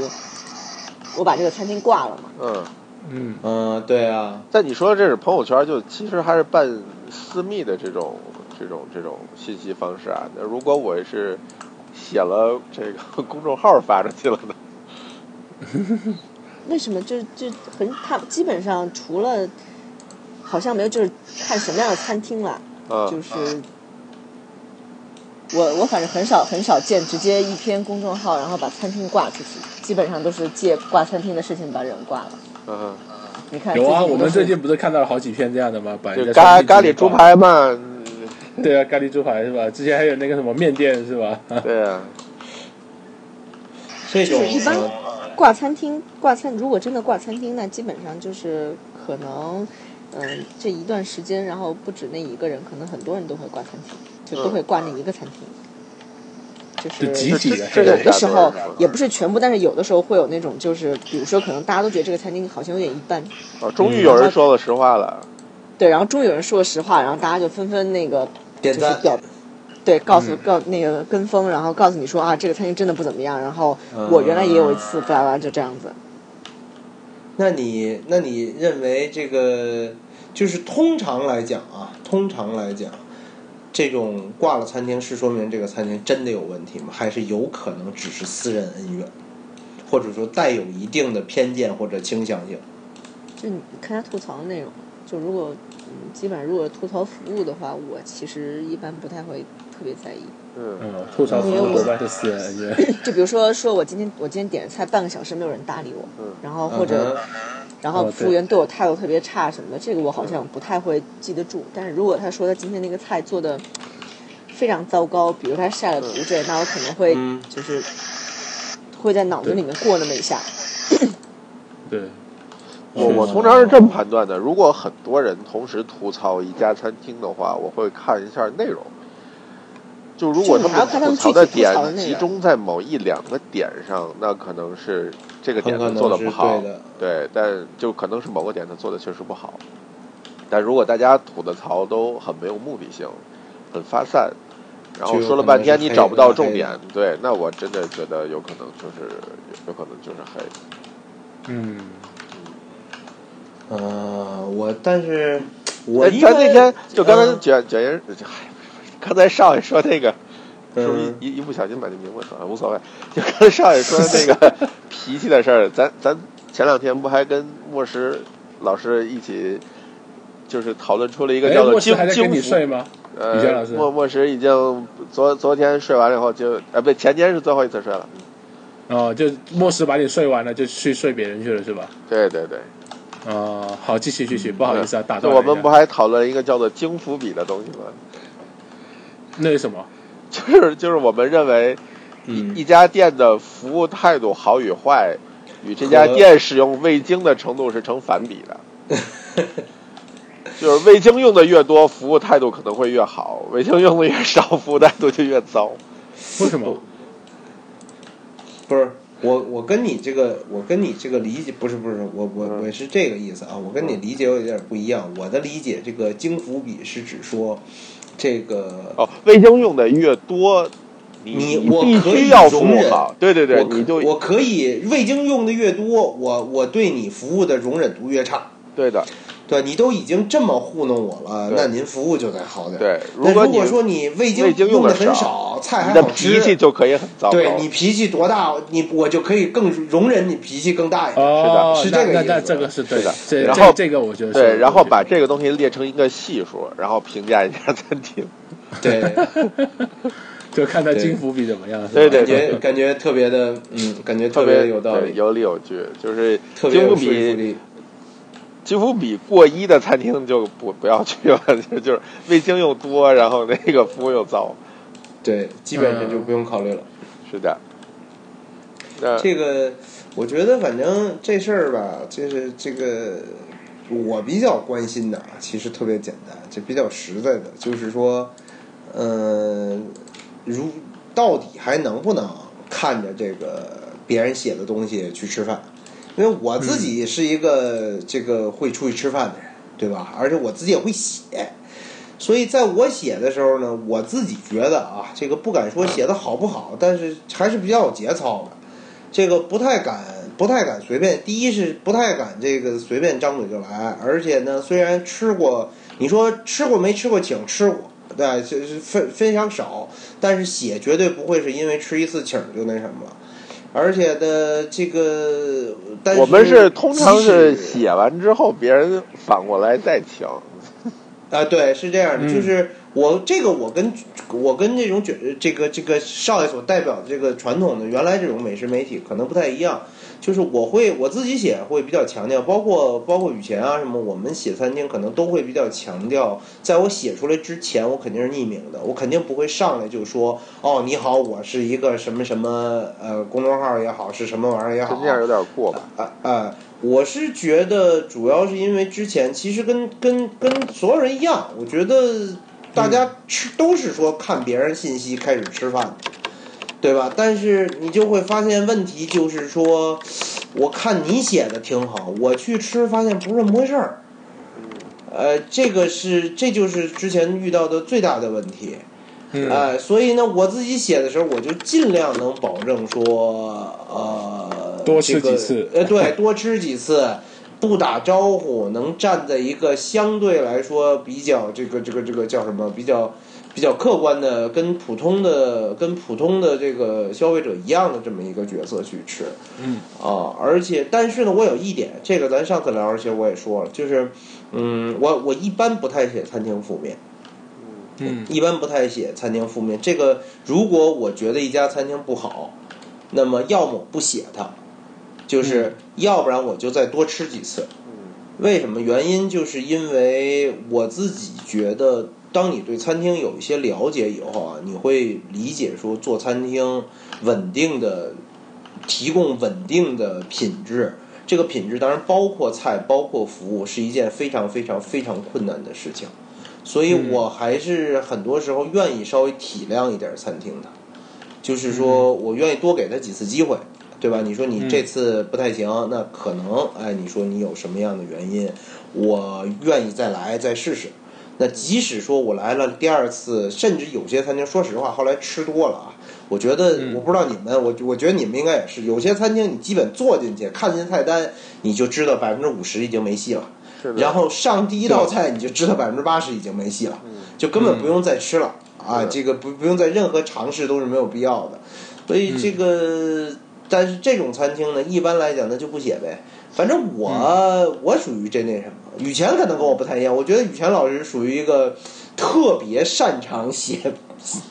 D: 我把这个餐厅挂了嘛。
A: 嗯，
B: 嗯，
C: 嗯，对啊，
A: 但你说这是朋友圈，就其实还是半私密的这种这种这种信息方式啊。那如果我是写了这个 公众号发出去了呢？
D: 为什么就就很他基本上除了好像没有就是看什么样的餐厅了，
B: 呃
A: 啊、
D: 就是我我反正很少很少见直接一篇公众号然后把餐厅挂出去，基本上都是借挂餐厅的事情把人挂了。
A: 嗯，
D: 你看
B: 有啊，
D: 最近
B: 我们
D: 都
B: 最
D: 是
B: 近不是看到了好几篇这样的吗？把人
A: 就
B: 家
A: 咖
B: 上帝
A: 咖
B: 之
A: 喱
B: 眼
A: 猪
B: 光，
A: 排嘛，嗯
B: 对啊，咖喱猪排是吧？之前还有那个什么面店是吧？
A: 对啊，
C: 这种
D: 就是一般
C: 嗯
D: 挂餐厅挂餐，如果真的挂餐厅，那基本上就是可能。嗯，这一段时间，然后不止那一个人，可能很多人都会挂餐厅，就都会挂那一个餐厅，就是
B: 呃就集体的
A: 这
B: 黑
A: 这
B: 人
A: 个
D: 有的时候也不是全部，但是有的时候会有那种，就是比如说可能大家都觉得这个餐厅好像有点一般，
A: 哦，终于有人说了实话了。
F: 对，然后终于有人说了实话，然后大家就纷纷那个
C: 点
F: 就是
C: 赞嗯
F: 表，对，告诉告那个跟风，然后告诉你说啊，这个餐厅真的不怎么样。然后我
C: 嗯
F: 原来也有一次，巴拉巴拉就这样子。
C: 那你那你认为这个就是通常来讲啊，通常来讲，这种挂了餐厅是说明这个餐厅真的有问题吗？还是有可能只是私人恩怨，或者说带有一定的偏见或者倾向性？
F: 就你看他吐槽的内容，就如果嗯，基本上如果吐槽服务的话，我其实一般不太会特别在意。
A: 嗯，
B: 嗯，吐槽服务多半是私人恩怨。
F: 就比如说，说我今天我今天点的菜半个小时没有人搭理我，
A: 嗯
F: 然后或者、
C: 嗯哼
F: 然
B: 哦
F: 后
B: 对
F: 服务员对我态度特别差什么的，这个我好像不太会记得住。但是如果他说他今天那个菜做的非常糟糕，比如他晒了图这，那我可能会
C: 嗯
F: 就是会在脑子里面过那么一下。
B: 对，
A: 我我通常是这么判断的：如果很多人同时吐槽一家餐厅的话，我会看一下内容。就如果
F: 就你还要看
A: 们
F: 他
A: 吐
F: 们
A: 槽
F: 具体吐
A: 点
F: 槽的内容
A: 集中在某一两个点上，那可能是这个点
C: 很可
A: 他
C: 能
A: 做的不好
C: 是对的，
A: 对，但就可能是某个点他做的确实不好。但如果大家吐的槽都很没有目的性，很发散，然后
C: 就有
A: 说了
C: 可能
A: 半天
C: 是
A: 你
C: 黑
A: 找不到
C: 拉黑
A: 重
C: 的
A: 点，对，那我真的觉得有可能就是有可能就是黑。
B: 嗯，
C: 呃，我但是我
A: 哎
C: 一
A: 咱
C: 般
A: 那天就刚才
C: 嗯
A: 卷卷人，哎刚才少爷说那个，是不是
C: 嗯
A: 一一一不小心把这名字说了，无所谓。就刚才少爷说那 个脾气的事儿，咱咱前两天不还跟莫石老师一起，就是讨论出了一个
B: 哎
A: 叫做
B: 莫
A: 京
B: 师还在跟
A: 京
B: 你
A: 服
B: 睡吗？雨轩老
A: 呃
B: 师，
A: 莫莫石已经昨昨天睡完了以后就，呃，不，前天是最后一次睡了。
B: 哦，就莫师把你睡完了，就去睡别人去了是吧？
A: 对对对，
B: 哦，好，继续继续，不好意思啊，打
A: 就嗯
B: 断
A: 我
B: 了一下
A: 们不还讨论一个叫做京伏笔的东西吗？
B: 那是什么？
A: 就是就是我们认为
C: 嗯
A: 一家店的服务态度好与坏，与这家店使用味精的程度是成反比的。 就是味精用的越多，服务态度可能会越好；味精用的越少，服务态度就越糟。
B: 为什么？
C: 不是我，我跟你这个，我跟你这个理解不是不是，我我
A: 嗯
C: 我是这个意思啊，我跟你理解有点不一样。我的理解，这个精伏笔是指说，这个
A: 哦，味精用的越多，你
C: 你
A: 你
C: 我
A: 必
C: 可以
A: 须要服
C: 容
A: 务
C: 忍
A: 好。对对对，
C: 我
A: 你就
C: 我可以味精用的越多，我我对你服务的容忍度越差。
A: 对的。
C: 对，你都已经这么糊弄我了，
A: 对
C: 那您服务就得好点。
A: 对
C: 那
A: 如
C: 如
A: 果
C: 果
A: 你
C: 说你味精
A: 味精
C: 用
A: 用
C: 的
A: 得
C: 很
A: 少
C: 菜
A: 你
C: 还
A: 的
C: 好吃，
A: 脾气就可以很糟糕。
C: 对你脾气多大，你我就可以更容忍你脾气更大 一点。
B: 哦，
C: 是这个
B: 那
C: 意
B: 那那
C: 思啊
B: 这个是对
A: 是的
B: 这
A: 然
B: 这
A: 后
B: 这个我觉得是
A: 对，然后把这个东西列成一个系数，然后评价一家餐厅。
C: 对。
B: 就看他
C: 对
B: 金伏笔怎么样。是吧
A: 对对
C: 感觉感觉特别的，嗯，感觉特
A: 特别
C: 别有道理，
A: 有理有据，就是
C: 特别
A: 京
C: 有
A: 伏
C: 说服
A: 笔，
C: 力。
A: 京伏笔过一的餐厅就不不要去了， 就就是味精又多，然后那个服务又糟，
C: 对，基本上就
A: 嗯
C: 不用考虑了。
A: 是的。那
C: 这个，我觉得反正这事儿吧，就是这个我比较关心的啊，其实特别简单，这比较实在的，就是说，嗯、如到底还能不能看着这个别人写的东西去吃饭？因为我自己是一个这个会出去吃饭的人，对吧？而且我自己也会写，所以在我写的时候呢，我自己觉得啊，这个不敢
A: 嗯
C: 说写的好不好，但是还是比较有节操的。这个不太敢，不太敢随便。第一是不太敢这个随便张嘴就来，而且呢，虽然吃过，你说吃过没吃过，请吃过，对，就是非非常少，但是写绝对不会是因为吃一次请就那什么。而且呢，这个，但是
A: 我们是通常是
C: 即使
A: 写完之后，别人反过来再请。
C: 啊，对，是这样的，
B: 嗯
C: 就是我这个我跟我跟这种觉这个这个少爷所代表的这个传统的原来这种美食媒体可能不太一样，就是我会我自己写会比较强调，包括包括雨前啊什么，我们写餐厅可能都会比较强调，在我写出来之前，我肯定是匿名的，我肯定不会上来就说哦你好，我是一个什么什么呃公众号也好，是什么玩意儿也好
A: 就，这样有点过吧？
C: 啊啊！我是觉得主要是因为之前其实跟跟跟所有人一样，我觉得大家吃、都是说看别人信息开始吃饭的，对吧？但是你就会发现问题就是说，我看你写的挺好，我去吃发现不是这么回事儿。呃，这个是这就是之前遇到的最大的问题。
A: 嗯
C: 哎，所以呢，我自己写的时候，我就尽量能保证说，呃，
B: 多吃
C: 这个
B: 几次
C: 呃，对，多吃几次，不打招呼，能站在一个相对来说比较这个这个这个叫什么，比较比较客观的，跟普通的跟普通的这个消费者一样的这么一个角色去吃。
B: 嗯
C: 啊，而且但是呢，我有一点，这个咱上次聊的时候我也说了，就是，嗯，我我一般不太写餐厅负面。
B: 嗯
C: 一般不太写餐厅负面。这个如果我觉得一家餐厅不好，那么要么不写它，就是要不然我就再多吃几次。
A: 嗯
C: 为什么？原因就是因为我自己觉得，当你对餐厅有一些了解以后啊，你会理解说做餐厅稳定的提供稳定的品质。这个品质当然包括菜，包括服务，是一件非常非常非常困难的事情。所以我还是很多时候愿意稍微体谅一点餐厅的，就是说我愿意多给他几次机会，对吧？你说你这次不太行，那可能哎，你说你有什么样的原因，我愿意再来再试试。那即使说我来了第二次，甚至有些餐厅，说实话，后来吃多了啊，我觉得我不知道你们，我我觉得你们应该也是，有些餐厅你基本坐进去，看见菜单你就知道百分之五十已经没戏了。
A: 是的，
C: 然后上第一道菜你就知道百分之八十已经没戏了，就根本不用再吃了、
A: 嗯
C: 啊！
A: 是
C: 这个不不用再任何尝试都是没有必要的，
A: 嗯
C: 所以这个、但是这种餐厅呢，一般来讲那就不写呗。反正我、
A: 嗯
C: 我属于这那什么，雨前可能跟我不太一样，我觉得雨前老师属于一个特别擅长写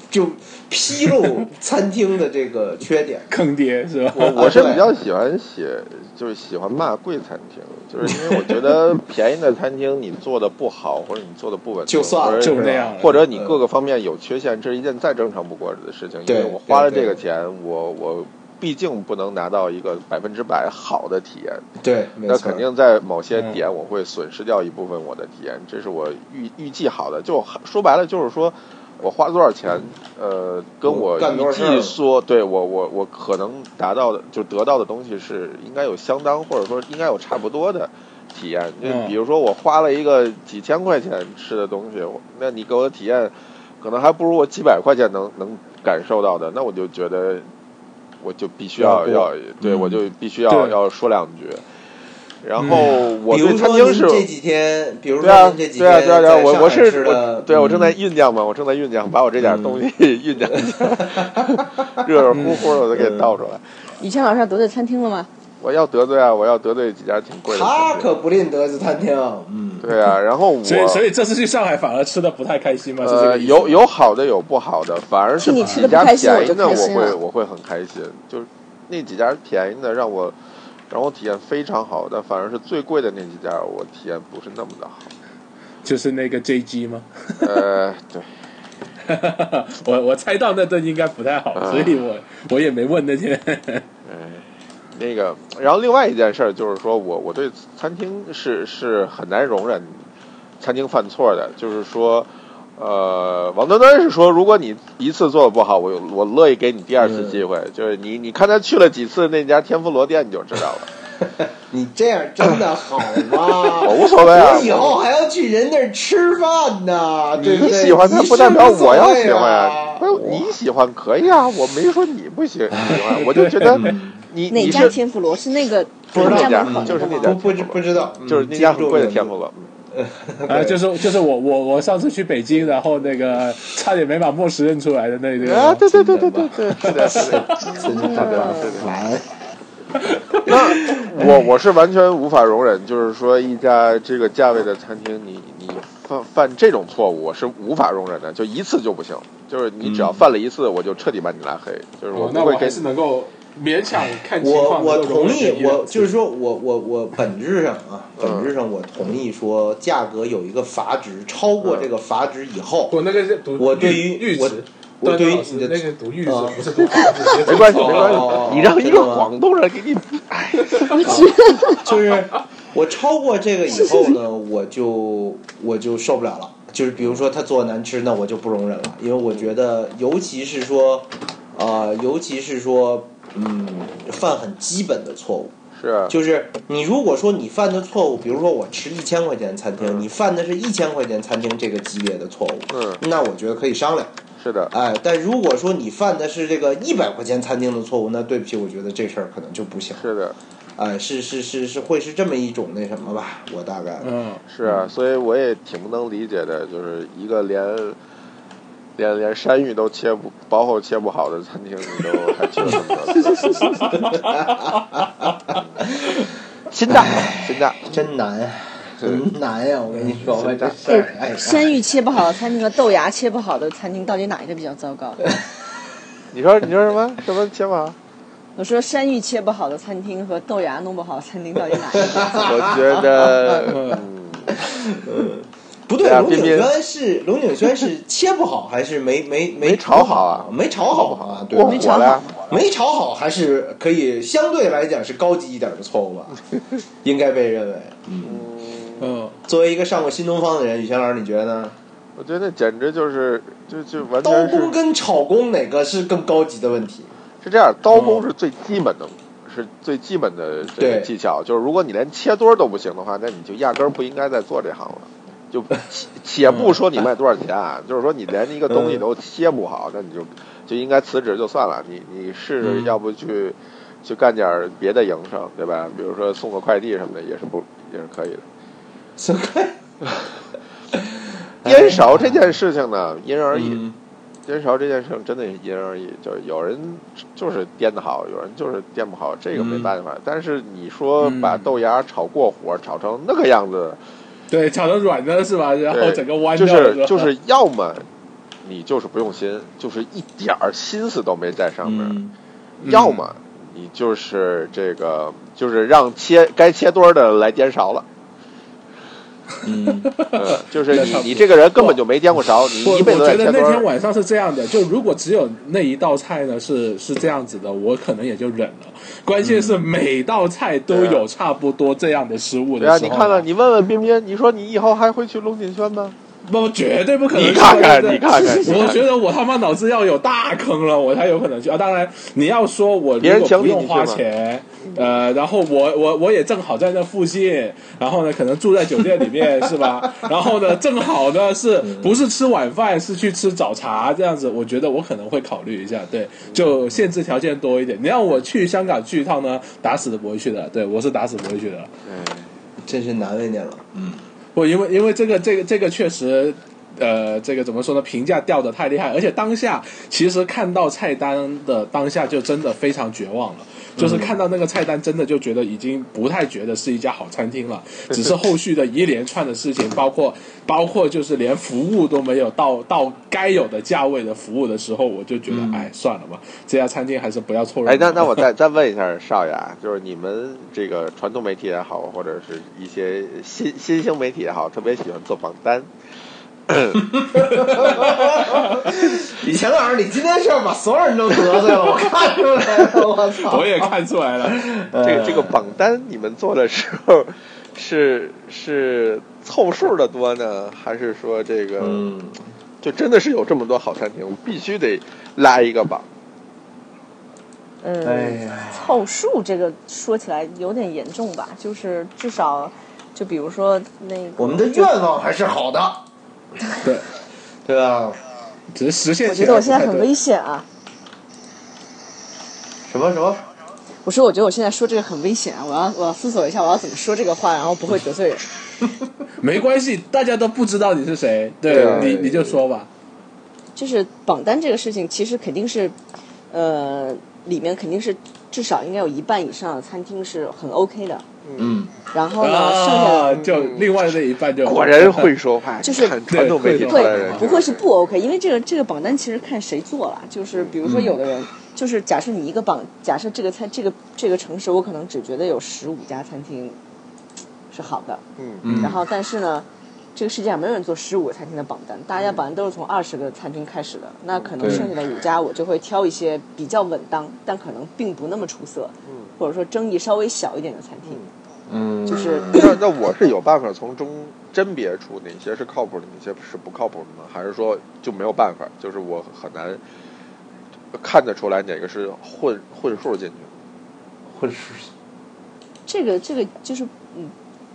C: 就披露餐厅的这个缺点。
B: 坑爹是吧？
A: 我我是
C: 对
A: 比较喜欢写，就是喜欢骂贵餐厅，就是因为我觉得便宜的餐厅你做的不好，或者你做的不稳定，
C: 就算了
A: 或者
B: 就那样了
A: 或者你各个方面有缺陷，这是一件再正常不过的事情。因为
C: 对
A: 我花了这
C: 对对
A: 个钱，我我毕竟不能拿到一个百分之百好的体验，
C: 对，没
A: 那
C: 错
A: 肯定在某些
B: 嗯
A: 点我会损失掉一部分我的体验，这是我预预计好的。就说白了就是说，我花多少钱，呃，跟
C: 我
A: 我
C: 干多
A: 预
C: 少事儿
A: 计说，对我我我可能达到的就得到的东西是应该有相当或者说应该有差不多的体验。就
B: 嗯
A: 比如说我花了一个几千块钱吃的东西，我那你给我的体验可能还不如我几百块钱能能感受到的，那我就觉得。我就必须要要，
B: 要
A: 对
B: 嗯
A: 我就必须要
B: 对
A: 要说两句。然
B: 嗯
A: 后我
C: 比如
A: 对餐
C: 说
A: 厅
C: 您
A: 是，
C: 这几天，比如
A: 对啊，
C: 说您这几
A: 对
C: 天
A: 啊，对啊，对啊，
C: 在上
A: 我我
C: 海
A: 是
C: 吃
A: 我
C: 的，，
A: 对啊我
C: 嗯
A: 正在酝酿嘛，我正在酝酿，把我这点东西
B: 嗯
A: 酝酿一下，热热乎乎的我就
B: 嗯
A: 给倒出来。
F: 雨谦老师要得罪餐厅了吗？
A: 我要得罪啊，我要得罪几家挺贵的
C: 他
A: 餐厅。
C: 可不吝得罪餐厅，嗯，
A: 对啊，然后我
B: 所以所以这次去上海反而吃的不太开心嘛，是这
A: 呃
B: 个意思吗
A: 有有好的有不好的，反而是
F: 替你吃得不
A: 几家
F: 开心
A: 便宜的
F: 我
A: 我
F: 就开心
A: 会
F: 了
A: 我会很开心，就是那几家便宜的让我让我体验非常好，但反而是最贵的那几家我体验不是那么的好。
B: 就是那个 JG 吗？
A: 呃，对。
B: 我我猜到那顿应该不太好，
A: 啊
B: 所以我我也没问那天。
A: 哎，那个，然后另外一件事儿就是说我我对餐厅是是很难容忍餐厅犯错的，就是说，呃，王端端是说，如果你一次做的不好，我有我乐意给你第二次机会，就是你你看他去了几次那家天妇罗店你就知道了，
C: 你这样真的 好
A: 我
C: 吗？
A: 无所谓啊
C: 我。以后还要去人那儿吃饭呢，对不
A: 你
C: 对？
A: 喜欢他
C: 你
A: 不代表
C: 是无所
A: 我要
C: 谓
A: 喜欢
C: 啊。
A: 不是你喜欢可以啊，我没说你不喜喜欢，我就觉得你
F: 哪
A: 你
F: 家
A: 是
F: 天妇罗是那个
C: 不知道嗯
F: 家
A: 那
F: 门
A: 家
F: 口
A: 就是那
F: 那
A: 家
F: 个
C: 不
F: 吗？
C: 不知不知道，嗯
A: 就是那家很贵的
C: 记
A: 天
C: 不
A: 妇
C: 住
A: 罗，
B: 啊，就是就是我我我上次去北京，然后那个差点没把莫石认出来的那个
A: 啊，对对对对对对，是的，是的。
C: 真的烦。
A: 那我我是完全无法容忍，就是说一家这个价位的餐厅，你你犯犯这种错误，我是无法容忍的，就一次就不行，就是你只要犯了一次，我就彻底把你拉黑，就是
B: 哦
A: 我
B: 那
A: 不
B: 我
A: 会
B: 还
A: 给
B: 是
A: 你。
B: 能够勉强看情
C: 我
B: 况。
C: 我
B: 能够容
C: 同
B: 忍
C: 意，
B: 一
C: 我
B: 两
C: 就
B: 次
C: 是说我我我本质上啊，本
A: 嗯
C: 质上我同意说价格有一个阀值，超
A: 嗯
C: 过这个阀值以后，
B: 我那个是读
C: 我对于
B: 阈
C: 我
B: 值，
C: 我
B: 段
C: 对于
B: 老师
C: 你的
B: 那个读阈
C: 啊
B: 值不是读房 子，
A: 没关系，
B: 哦
A: 没关
C: 哦
A: 系，你让一
C: 真的
A: 个
C: 吗
A: 广东人给你，哎，
C: 就是我超过这个以后呢，我就我就受不了了。就是比如说他做的难吃，那我就不容忍了，因为我觉得，尤其是说，呃，尤其是说，嗯，犯很基本的错误，
A: 是啊
C: 就是你如果说你犯的错误，比如说我吃一千块钱餐厅，你犯的是一千块钱餐厅这个级别的错误，
A: 嗯
C: 那我觉得可以商量。
A: 是的，
C: 哎，但如果说你犯的是这个一百块钱餐厅的错误，那对不起，我觉得这事儿可能就不行。
A: 是的，
C: 哎，是是是是会是这么一种那什么吧？我大概
B: 嗯，
A: 是啊，所以我也挺不能理解的，就是一个连连连山芋都切不薄厚切不好的餐厅，你都还去了这么多次， 心大心大，
C: 真难，真难呀、我跟你说吧，这事
F: 对
C: 儿，哎呀，
F: 山芋切不好的餐厅和豆芽切不好的餐厅，到底哪一个比较糟糕？
A: 你说你说什么什么切不好？
F: 我说山芋切不好的餐厅和豆芽弄不好的餐厅，到底哪一个比 较糟糕？
A: 我觉得，嗯，
C: 不对，
A: 对啊
C: 龙井
A: 彬彬
C: 轩是龙井轩是切不好还是没没没
A: 没炒好啊
C: 没炒好啊？对
A: 过
C: 吧，
A: 火了，
C: 没炒好还是可以相对来讲是高级一点的错误吧，应该被认为。
B: 嗯，
C: 作为一个上过新东方的人，宇轩老师你觉得呢？
A: 我觉得简直就是就就完
C: 刀
A: 全
C: 工
A: 是
C: 跟炒工哪个是更高级的问题？
A: 是这样，刀
B: 嗯
A: 工是最基本的。是最基本的这个
C: 对
A: 技巧，就是如果你连切墩儿都不行的话，那你就压根儿不应该再做这行了。就 且且不说你卖多少钱啊，就是说你连一个东
B: 嗯
A: 西都切不好，那你就就应该辞职就算了。你你试试，
B: 嗯
A: 要不去去干点儿别的营生，对吧？比如说送个快递什么的，也是不也是可以的。
C: 是
A: 烟勺这件事情呢，因人而异。
B: 哎嗯
A: 颠勺这件事情真的是因人而异，就是有人就是颠得好，有人就是颠不好，这个没办法。但是你说
B: 嗯
A: 把豆芽炒过火，炒成那个样子，
B: 对，炒的软的是吧？嗯然后
A: 对
B: 整个弯掉
A: 就
B: 了
A: 是
B: 吧
A: 就是要么你就是不用心，就是一点儿心思都没在上面；
C: 嗯，
A: 要么你就是这个就是让切该切墩儿的来颠勺 了。嗯，就是
B: 那
A: 你
B: 差不
A: 你
B: 多
A: 这个人根本就没颠过勺，你
B: 我
A: 一辈子都
B: 我
A: 在
B: 觉得
A: 切
B: 那
A: 墩
B: 天
A: 儿。
B: 晚上是这样的，就如果只有那一道菜呢是是这样子的，我可能也就忍了。关键是每道菜都
A: 嗯对啊
B: 有差不多这样的失误
A: 对
B: 的
A: 啊，
B: 时
A: 你
B: 候呢，
A: 看看，你问问彬彬，你说你以后还会去龙井轩吗？
B: 不，绝对不可能。
A: 你看看
B: 对
A: 你看看
B: 我觉得我他妈脑子要有大坑了，我才有可能去啊。当然，你要说我
A: 别人
B: 如果
A: 请
B: 不
A: 你
B: 用
A: 你
B: 花
A: 去吗
B: 钱，呃，然后我我我也正好在那附近，然后呢，可能住在酒店里面是 吧？然后呢，正好呢是不是吃晚饭，是去吃早茶这样子？我觉得我可能会考虑一下，对，就限制条件多一点。你让我去香港去一趟呢，打死都不会去的，对我是打死不会去的。
C: 真是难为你了。
B: 不，因为因为这个这个这个确实，呃，这个怎么说呢？评价掉的太厉害，而且当下其实看到菜单的当下就真的非常绝望了。
A: 嗯
B: 就是看到那个菜单，真的就觉得已经不太觉得是一家好餐厅了，只是后续的一连串的事情，包括包括就是连服务都没有到到该有的价位的服务的时候，我就觉得，哎，算了吧，这家餐厅还是不要凑热闹。
A: 嗯 哎， 那那我再再问一下少爷，啊，就是你们这个传统媒体也好，或者是一些新新兴媒体也好，特别喜欢做榜单，
C: 李强老师，你今天是要把所有人都得罪了，我看出来了，我操！哎
B: 我也看 出来了，
A: 这个这个
C: 嗯
A: 榜单你们做的时候是是凑数的多呢，还是说这个、
C: 嗯，
A: 就真的是有这么多好餐厅，我必须得拉一个榜？
D: 嗯，
C: 哎呀，
D: 凑数这个说起来有点严重吧，就是至少，就比如说那个
C: 我们的愿望还是好的，
B: 对，
C: 对吧？
B: 只是实现
F: 我
B: 起
F: 觉得
B: 来不
F: 我现
B: 太
F: 在很
B: 对
F: 危险啊！
C: 什么什么？
F: 我说，我觉得我现在说这个很危险啊！我要我要思索一下，我要怎么说这个话，然后不会得罪人。
B: 没关系，大家都不知道你是谁，对
D: 啊
C: 对
B: 你你就说吧。
F: 就是榜单这个事情，其实肯定是，呃，里面肯定是至少应该有一半以上的餐厅是很 OK 的。
C: 嗯，
F: 然后呢，剩下的
D: 嗯
B: 啊，就另外那一半就
A: 果然会说话，
F: 就是
A: 你看传统媒体
B: 对
A: 出来的人
F: 对，
A: 就是
F: 不会是不 OK，因为这个这个榜单其实看谁做了，就是比如
C: 嗯
F: 说有的人，就是假设你一个榜，假设这个餐这个这个城市，我可能只觉得有十五家餐厅是好的，
A: 嗯
B: 嗯
F: 然后但是呢，这个世界上没有人做十五个餐厅的榜单，大家榜单都是从二十个餐厅开始的，那可能
C: 嗯对
F: 剩下的五家我就会挑一些比较稳当，但可能并不那么出色，
A: 嗯
F: 或者说争议稍微小一点的餐厅，
C: 嗯，
F: 就是
A: 那那我是有办法从中甄别出哪些是靠谱的，哪些是不靠谱的吗？还是说就没有办法？就是我很难看得出来哪个是混混数进去的。
C: 混世，
D: 这个这个就是嗯，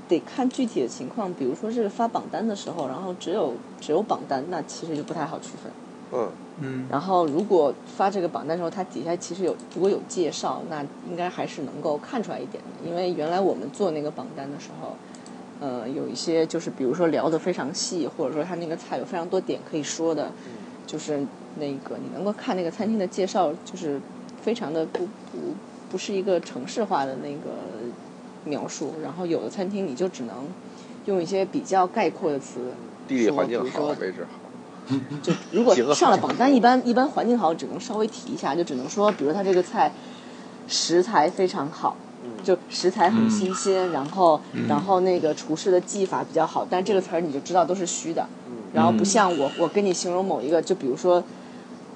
D: 得看具体的情况。比如说这个发榜单的时候，然后只有只有榜单，那其实就不太好区分。
C: 嗯，
B: 嗯
D: 然后如果发这个榜单的时候，它底下其实有如果有介绍，那应该还是能够看出来一点的。因为原来我们做那个榜单的时候，呃，有一些就是比如说聊得非常细，或者说它那个菜有非常多点可以说的，就是那个你能够看那个餐厅的介绍，就是非常的不不不是一个城市化的那个描述。然后有的餐厅你就只能用一些比较概括的词，
A: 地理环境
D: 说比如
A: 好啊
D: 说，
A: 位置好。
D: 就如果
A: 行啊
D: 上了榜单，一般一般环境好，只能稍微提一下，就只能说，比如它这个菜食材非常好，就食材很新鲜，然后然后那个厨师的技法比较好，但这个词儿你就知道都是虚的，然后不像我我跟你形容某一个，就比如说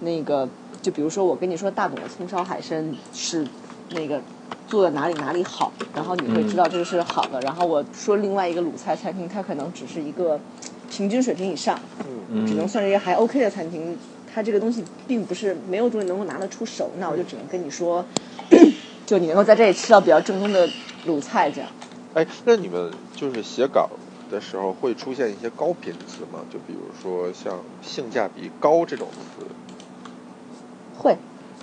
D: 那个，就比如说我跟你说大董的葱烧海参是那个。做的哪里哪里好，然后你会知道这个是好的。然后我说另外一个鲁菜餐厅，它可能只是一个平均水平以上，只能算是一个还 OK 的餐厅。它这个东西并不是没有东西能够拿得出手，那我就只能跟你说， 就你能够在这里吃到比较正宗的鲁菜，这样。
A: 哎，那你们就是写稿的时候会出现一些高频词吗？就比如说像性价比高这种词。
D: 会，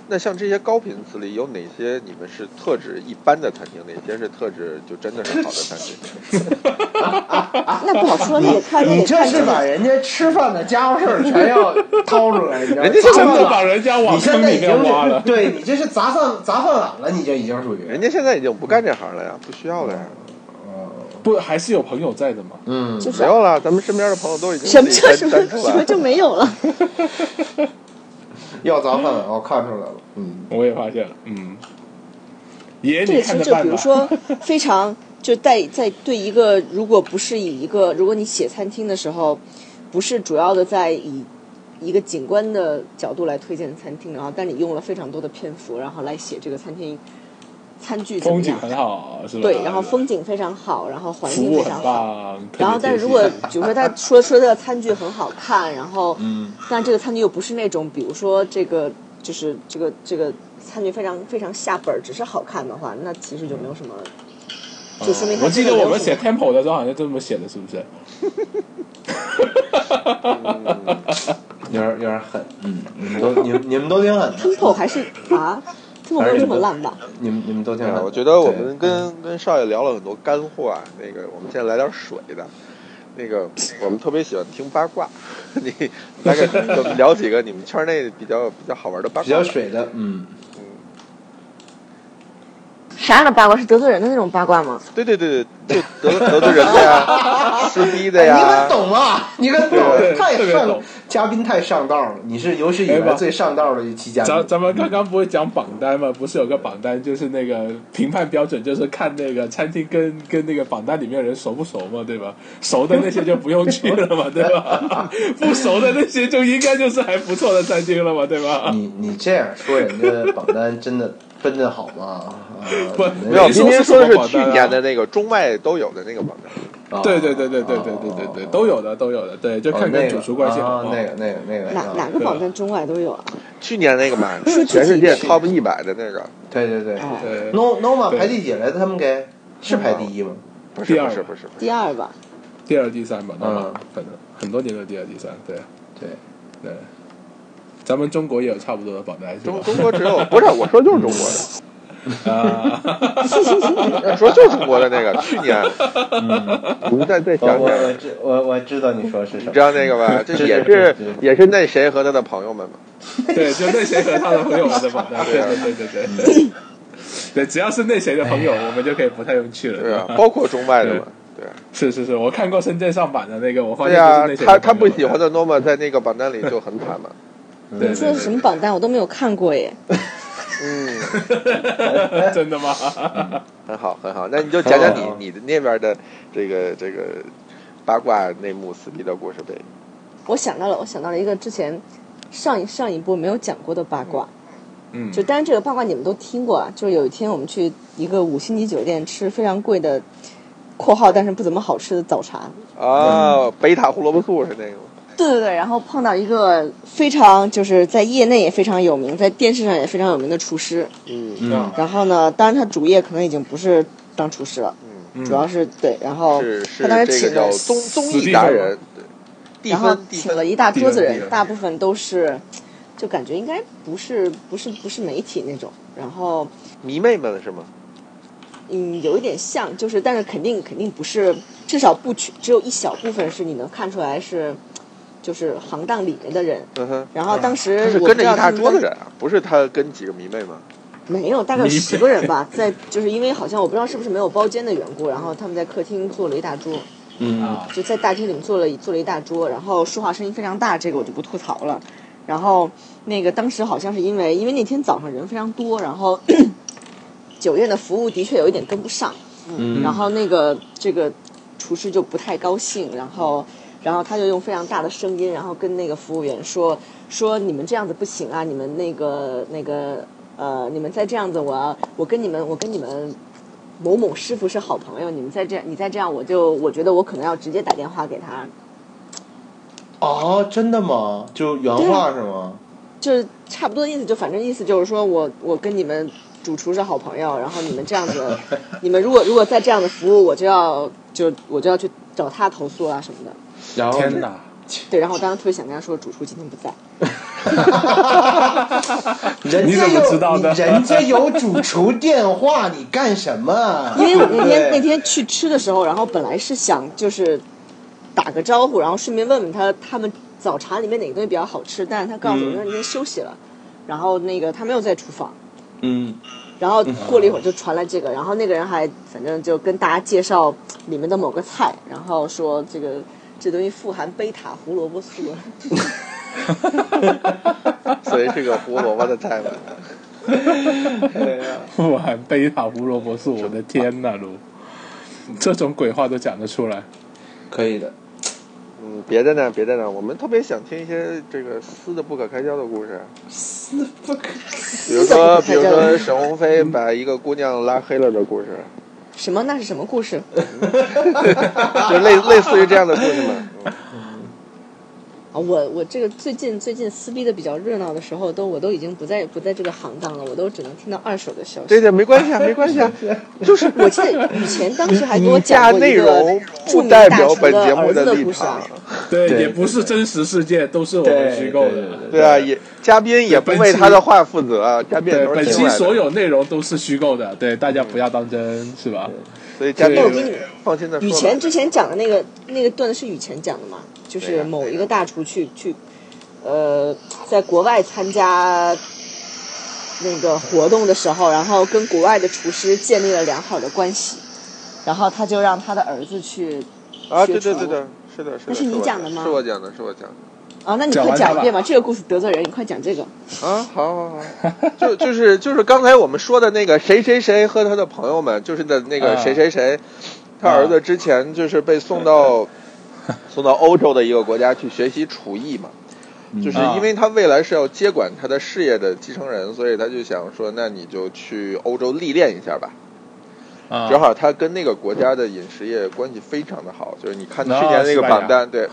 A: 那像这些高频词里有哪些你们是特指一般的餐厅，哪些是特指就真的是好的餐厅？
D: 那不好说，那个看那
C: 你
D: 个
C: 这
D: 看
C: 是
D: 这
C: 把
D: 个。
C: 人家吃饭的家伙事儿全要掏出来，你知道吗？
A: 人家是
C: 砸
B: 真
C: 饭
B: 的
C: 碗
B: 把人家 往
C: 你现
B: 坑
C: 在
B: 里
C: 已经
B: 面挖
C: 是
B: 了。
C: 对你这是砸饭砸饭碗了，你这已经属于
A: 人家现在已经不干这行了呀，不需要了呀，
B: 不，还是有朋友在的嘛？
C: 嗯，
D: 就是
A: 没有了。咱们身边的朋友都已经
F: 什么
A: 自己
F: 叫
A: 单
F: 什么
A: 单出
F: 什
A: 来
F: 么
A: 了。
F: 就没有了？
C: 要砸饭碗，我看出来了，嗯，
B: 我也发现了，嗯，爷
D: 这
B: 你
D: 个
B: 看着
D: 其实就
B: 办
D: 比如
B: 吧。
D: 说非常就带在对一个如果不是以一个如果你写餐厅的时候，不是主要的在以一个景观的角度来推荐餐厅，然后但你用了非常多的篇幅，然后来写这个餐厅餐具怎么
B: 风景
D: 样，
B: 很好，是吧？
D: 对，然后风景非常好，然后环
B: 服
D: 境
B: 务
D: 非
B: 很
D: 常好。
B: 棒。特别
D: 然后，但
B: 贴
D: 是如
B: 心
D: 果比如说他说说这个餐具很好看，然后，嗯，但这个餐具又不是那种，比如说这个就是这个这个餐具非常非常下本儿，只是好看的话，那其实就没有什么，就说明
B: 嗯哦
D: 他
B: 我记
D: 真的
B: 得
D: 没
B: 我
D: 有
B: 们
D: 什
B: 写
D: 么
B: temple 的时候好像这么写的，是不是？
C: 有点有点狠，嗯，你们都你们你们都挺狠的，
D: tempo 还是啊，tempo 没有这么烂吧？
C: 你们你们都挺
A: 对
C: 狠
A: 啊，
C: 的，
A: 我觉得我们
C: 对
A: 跟跟少爷聊了很多干货啊。那个，我们现在来点水的。那个，我们特别喜欢听八卦， 你大概跟我们聊几个你们圈内比较比较好玩的八卦吧。
C: 比较水
B: 啊
C: 的，嗯，
F: 啥样的八卦是得罪人的那种八卦吗？
A: 对对对对，就得得罪人 的呀，撕逼的
C: 你可
A: 呀。
C: 懂啊，你可
B: 对
C: 懂，太
B: 特别
C: 上
B: 懂
C: 嘉宾太上道了，你是有史以
B: 哎
C: 来
B: 吧
C: 最上道的一期嘉宾
B: 咱，咱们刚刚不是讲榜单吗？不是有个榜单，就是那个评判标准，就是看那个餐厅跟跟那个榜单里面人熟不熟嘛，对吧？熟的那些就不用去了嘛，对吧？不熟的那些就应该就是还不错的餐厅了嘛，对吧？
C: 你你这样说人家榜单真的分的好吗？啊
B: 不
C: 你们
A: 没有，
B: 你
A: 今天
B: 说
A: 说
B: 是
A: 的
B: 什么
A: 是
B: 榜
A: 去
B: 单啊
A: 年的那个中外都有的那个榜单。
C: 啊
B: 对对对对对对对对对，都有的都有的，对，就
C: 哦
B: 看
C: 那
B: 跟
C: 个
B: 主厨关系好
C: 啊
B: 不好。
C: 那个那个那个，
D: 哪
C: 啊
D: 哪个榜单中外都有啊？
A: 去年那个嘛，
D: 是
A: 全世界
D: 自己
A: top 一百的那个，
C: 对对对
D: 哦
B: 对，
C: ，No Noma
B: 对
C: 排第几来着？他们给是排第一吗？
A: 不是
B: 第二
A: 不是不是不是，
D: 第二吧，
B: 第二、第三吧，那么
C: 嗯
B: 可能很多年都第二、第三，对
C: 对，
B: 对。咱们中国也有差不多的榜单，是吧
A: 中中国只有不是我说就是中国的，
B: 啊，
A: 我 说就是中国的那个，去年， 我们再再
C: 我
A: 想
C: 我我
A: 想，
C: 知我我知道你说是什
A: 你
C: 么
A: 知，道那个吧？这也是也是那谁和他的朋友们嘛，
B: 对，就那谁和他的朋友们的榜单，对对对对对对，对，只要是那谁的朋友，我们就可以不太用去了。
A: 对啊，
B: 吧
A: 包括中外的嘛，对啊，
B: 是是是，我看过深圳上版的那个，我发
A: 对
B: 现
A: 啊
B: 就是那，谁
A: 他
B: 的
A: 他
B: 朋友
A: 不
B: 们
A: 喜欢，的 Norma 在那个榜单里就很惨 嘛，
B: 对
D: 你说的什么榜单我都没有看过耶。
A: 嗯，
B: 么？真的吗？
A: 很好很好，那你就讲讲
C: 好好
A: 你你的那边的这个这个八卦内幕撕逼的故事呗，
D: 我想到了，我想到了一个之前上一上一波没有讲过的八卦，
B: 嗯，
D: 就当然这个八卦你们都听过啊，就是有一天我们去一个五星级酒店吃非常贵的（括号但是不怎么好吃的早茶
A: 啊，贝塔胡萝卜素是那个吗？），
D: 对对对，然后碰到一个非常就是在业内也非常有名，在电视上也非常有名的厨师，
A: 嗯。
C: 嗯
D: 然后呢，当然他主业可能已经不是当厨师了，
B: 嗯
D: 主要是对，然后
A: 是嗯
D: 他
A: 是
D: 当时
A: 这
D: 请
A: 个叫
D: 了
A: 综综
B: 史蒂
A: 艺达
B: 芬
A: 人，对蒂
D: 然后
A: 芬蒂
D: 请了
A: 芬
D: 一大桌子
B: 蒂芬蒂
D: 人，
B: 芬
D: 大部分都是，就感觉应该不是不是不是媒体那种，然后
A: 迷妹们是吗？
D: 嗯有一点像，就是但是肯定肯定不是，至少不全，只有一小部分是你能看出来是，就是行当里面的人。
A: 嗯哼，
D: 然后当时
A: 他是
D: 我
A: 跟着
D: 不知道
A: 一大
D: 他们
A: 桌子
D: 当
A: 人啊，不是他跟几个迷妹吗？
D: 没有，大概有
B: 迷妹
D: 十个人吧，在就是因为好像我不知道是不是没有包间的缘故，然后他们在客厅坐了一大桌，
C: 嗯，
B: 啊，
D: 就在大厅里面坐了一坐了一大桌，然后说话声音非常大，这个我就不吐槽了。然后那个当时好像是因为因为那天早上人非常多，然后 酒店的服务的确有一点跟不上，
C: 嗯
D: 然后那个这个厨师就不太高兴，然后然后他就用非常大的声音，然后跟那个服务员说说你们这样子不行啊，你们那个那个呃，你们再这样子，我要我跟你们我跟你们某某师傅是好朋友，你们再这样你再这样，我就我觉得我可能要直接打电话给他，
C: 哦，真的吗？就原话是吗？
D: 就是差不多意思，就反正意思就是说我我跟你们主厨是好朋友，然后你们这样子，你们如果如果再这样的服务，我就要就我就要去找他投诉啊什么的。
C: 然后
B: 天哪！
D: 对，然后我当时特别想跟他说，主厨今天不 在。
C: 人
B: 你
C: 家
B: 怎么
C: 有
B: 知道的
C: 你人家有主厨电话，你干什么？啊
D: 因为我那天
C: 对
D: 那天去吃的时候，然后本来是想就是打个招呼，然后顺便问问他他们早茶里面哪个东西比较好吃，但是他告诉我
C: 嗯
D: 他那天休息了，然后那个他没有在厨房。
C: 嗯
D: 然后过了一会儿就传来这个，然后那个人还反正就跟大家介绍里面的某个菜，然后说这个这东西富含贝塔胡萝卜素，
A: 所以是个胡萝卜的菜嘛。
B: 我还贝塔胡萝卜素，我的天哪，卢，这种鬼话都讲得出来。
C: 可以的。
A: 嗯，别在那儿，别在那儿，我们特别想听一些这个撕的不可开交的故事。啊
C: 不可
A: 比如
D: 撕得
A: 说，
D: 不可
A: 比
D: 开
A: 如
D: 交
A: 说沈鸿飞把一个姑娘拉黑了的故事，
D: 什么那是什么故事？
A: 就类类似于这样的故事嘛。嗯
D: 啊，我我这个最近最近撕逼的比较热闹的时候，都我都已经不在不在这个行当了，我都只能听到二手的消息。
A: 对对，没关系啊，没关系啊，就是
D: 我记得以前当时还给
A: 以
D: 我
A: 下
D: 讲过
A: 内
D: 一个
A: 容
D: 著
A: 不
D: 名
A: 代
D: 大
A: 表
D: 厨
A: 本节目
D: 儿子
A: 立
D: 故事
A: 场
D: 啊。。
B: 对，
C: 对
B: 也不是真实世界，都是我们虚构的。
A: 对啊，也嘉宾也不
B: 本
A: 为
B: 期
A: 他的话负责啊，嘉宾也
B: 对，
A: 都
B: 本
A: 是
B: 期
A: 听来
B: 所
A: 的，
B: 有内容都是虚构的，对大家不要当真，是吧？
A: 所以嘉宾
B: 对我
D: 跟你
A: 放心的说
D: 雨
A: 吧。
D: 前之前讲的那个那个段子是雨前讲的嘛？就
A: 对
D: 是
A: 呀
D: 某一个大厨去去，呃，在国外参加那个活动的时候，然后跟国外的厨师建立了良好的关系，然后他就让他的儿子去
A: 啊，
D: 学
A: 对对
D: 厨
A: 对对，是的，是的，
D: 那是你
A: 我
D: 讲的吗
A: 是我讲的，是我讲的。
D: 啊，那你
B: 讲
D: 快
B: 完
D: 讲
B: 它
D: 一
B: 吧
D: 遍吧，这个故事得罪人，你快讲这个。
A: 啊，好好好，就就是就是刚才我们说的那个谁谁谁和他的朋友们，就是的那个
B: 啊
A: 谁谁谁，他儿子之前就是被送 到送到欧洲的一个国家去学习厨艺嘛。就是因为他未来是要接管他的事业的继承人，所以他就想说，那你就去欧洲历练一下吧。
B: 啊，
A: 正好他跟那个国家的饮食业关系非常的好，就是你看去
B: 啊
A: 年那
B: 西
A: 个
B: 班牙
A: 榜单，对，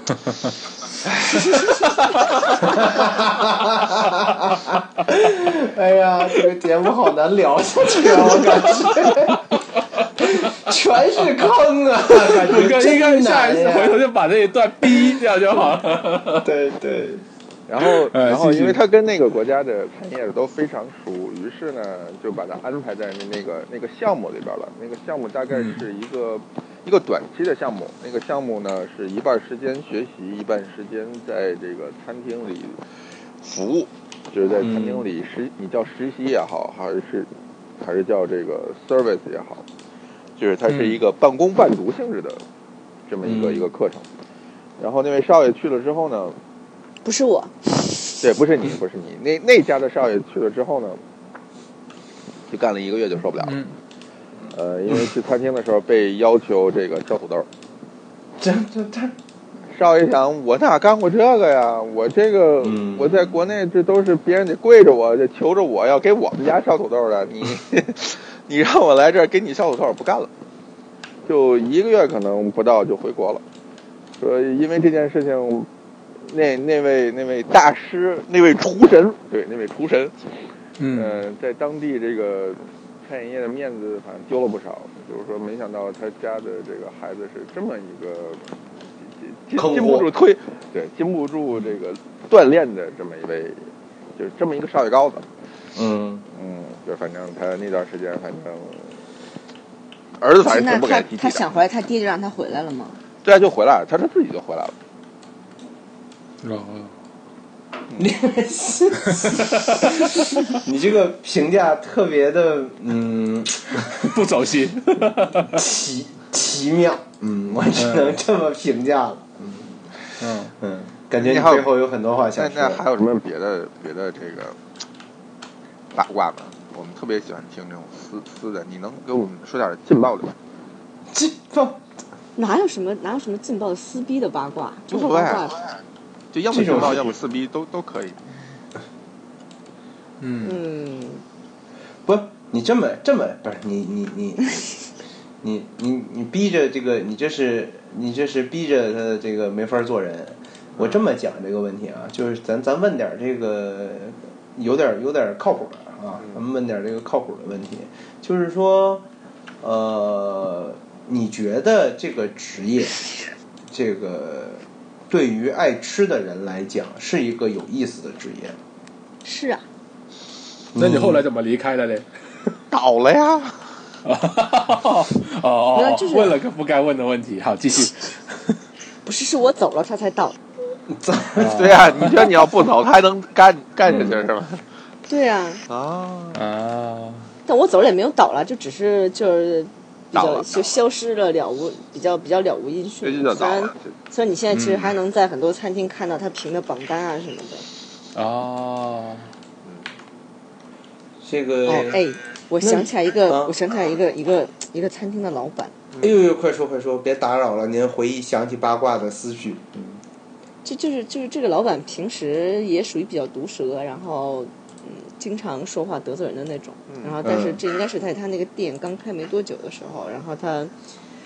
C: 哎呀，这个节目好难聊下去啊，我感觉全是坑啊，感
B: 我
C: 觉
B: 跟应该
C: 真
B: 下一
C: 难
B: 次回头
C: 呀。
B: 就把这一段逼掉就好 了。
C: 对对，
A: 然后
B: 哎
A: 然后
B: 继续
A: 因为他跟那个国家的产业都非常熟，于是呢就把他安排在那个那个项目里边了。那个项目大概
B: 嗯
A: 是一个一个短期的项目，那个项目呢是一半时间学习，一半时间在这个餐厅里服务，就是在餐
B: 嗯
A: 厅里实你叫实习也好，还是还是叫这个 service 也好，就是它是一个半工半读性质的这么一个
B: 嗯
A: 一个课程。然后那位少爷去了之后呢，
D: 不是我，
A: 对，不是你，不是你，那那家的少爷去了之后呢，就干了一个月就受不了了。
B: 嗯，
A: 呃，因为去餐厅的时候被要求这个削土豆，
C: 这这这，
A: 少爷想我哪干过这个呀？我这个、
C: 嗯
A: 我在国内这都是别人得跪着我，得求着我要给我们家削土豆的，你 你让我来这儿给你削土豆，我不干了。就一个月可能不到就回国了，说因为这件事情，那那位那位大师那位厨神，对那位厨神，
B: 嗯
A: 呃，在当地这个餐饮业的面子，反正丢了不少。就是说没想到他家的这个孩子是这么一个禁禁
C: 坑货
A: 禁不住推，对，禁不住这个锻炼的这么一位，就是这么一个少爷高子。
C: 嗯，
A: 嗯，就反正他那段时间，反正儿子反正
D: 那
A: 挺不
D: 他
A: 敢提起
D: 他
A: 的。
D: 想回来，他爹就让他回来了吗？
A: 对啊，就回来了，他他自己就回来了。
B: 然后
C: 你你这个评价特别的嗯
B: 不走心，
C: 奇奇妙，嗯，我只能这么评价了。
B: 嗯，
C: 嗯，感觉你
A: 你好
C: 背后有很多话
A: 那
C: 想
A: 那还
C: 说。
A: 有什么别的别的这个八卦吗？我们特别喜欢听这种私私的，你能给我们说点劲爆的吗？
C: 这不
D: 哪有什么哪有什么劲爆的撕逼的八卦？
A: 无所谓啊
D: 这种八卦
A: 就要么
C: 这种
A: 劲爆，
C: 是
A: 要么撕逼，都都可以。
B: 嗯，
D: 嗯，
C: 不，你这么这么不是你你 你你你你逼着这个，你这是你这是逼着他这个没法做人。我这么讲这个问题啊，就是咱咱问点这个有点有点靠谱的啊，咱们问点这个靠谱的问题，就是说，呃，你觉得这个职业，这个对于爱吃的人来讲是一个有意思的职业吗？
D: 是啊，
B: 那你后来怎么离开的嘞？
A: 倒了呀！
B: 哦哦
D: 没有
B: 哦
D: 就，是
B: 问了个不该问的问题，好，继续。
D: 不是是我走了他才到。
C: 咱
A: 对呀、你觉得你要不走，他还能干干下去是吧？
D: 对啊，
A: 啊，
B: 啊，
D: 但我走了也没有倒了，就只是就是比
A: 倒
D: 较
A: 了
D: 就消失了了无比较比较了无音
A: 这
D: 讯
A: 就。叫
D: 虽
A: 倒
D: 然
A: 了。嗯这
D: 虽然你现在其实还能在很多餐厅看到他评的榜单啊什么的。
B: 哦，
C: 这个
D: 哦，哎，我想起来一
C: 那
D: 个
C: 啊，
D: 我想起来一个一个一个餐厅的老板，
C: 哎呦呦，快说快说，别打扰了，您回忆想起八卦的思绪。嗯
D: 这就是就是这个老板平时也属于比较毒舌，然后嗯，经常说话得罪人的那种。然后，但是
C: 嗯
D: 这应该是在他那个店刚开没多久的时候，然后他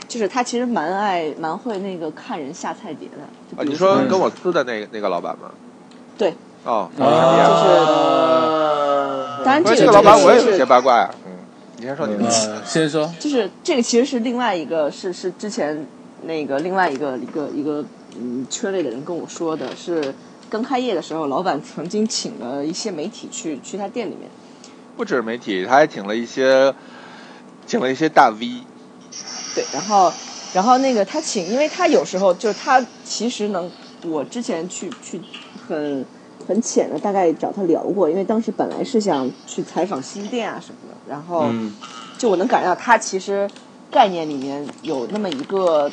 D: 就是他其实蛮爱蛮会那个看人下菜碟的。就
A: 啊，
D: 比
A: 你
D: 如
A: 说跟我撕的那个那个老板吗？
D: 对。
A: 哦，
D: 就
A: 啊
D: 是当然
A: 不
D: 这
A: 是
D: 个
A: 这个老板
D: 这个
A: 我也
D: 是
A: 有些八卦呀。嗯，你先说你的。
B: 呃，先说，
D: 就是这个其实是另外一个是是之前那个另外一个一个一个嗯圈内的人跟我说的，是刚开业的时候，老板曾经请了一些媒体去去他店里面。
A: 不止媒体，他还请了一些，请了一些大 V。
D: 对，然后然后那个他请，因为他有时候就是他其实能，我之前去去很很浅的大概找他聊过，因为当时本来是想去采访新店啊什么的，然后
C: 嗯
D: 就我能感觉到他其实概念里面有那么一个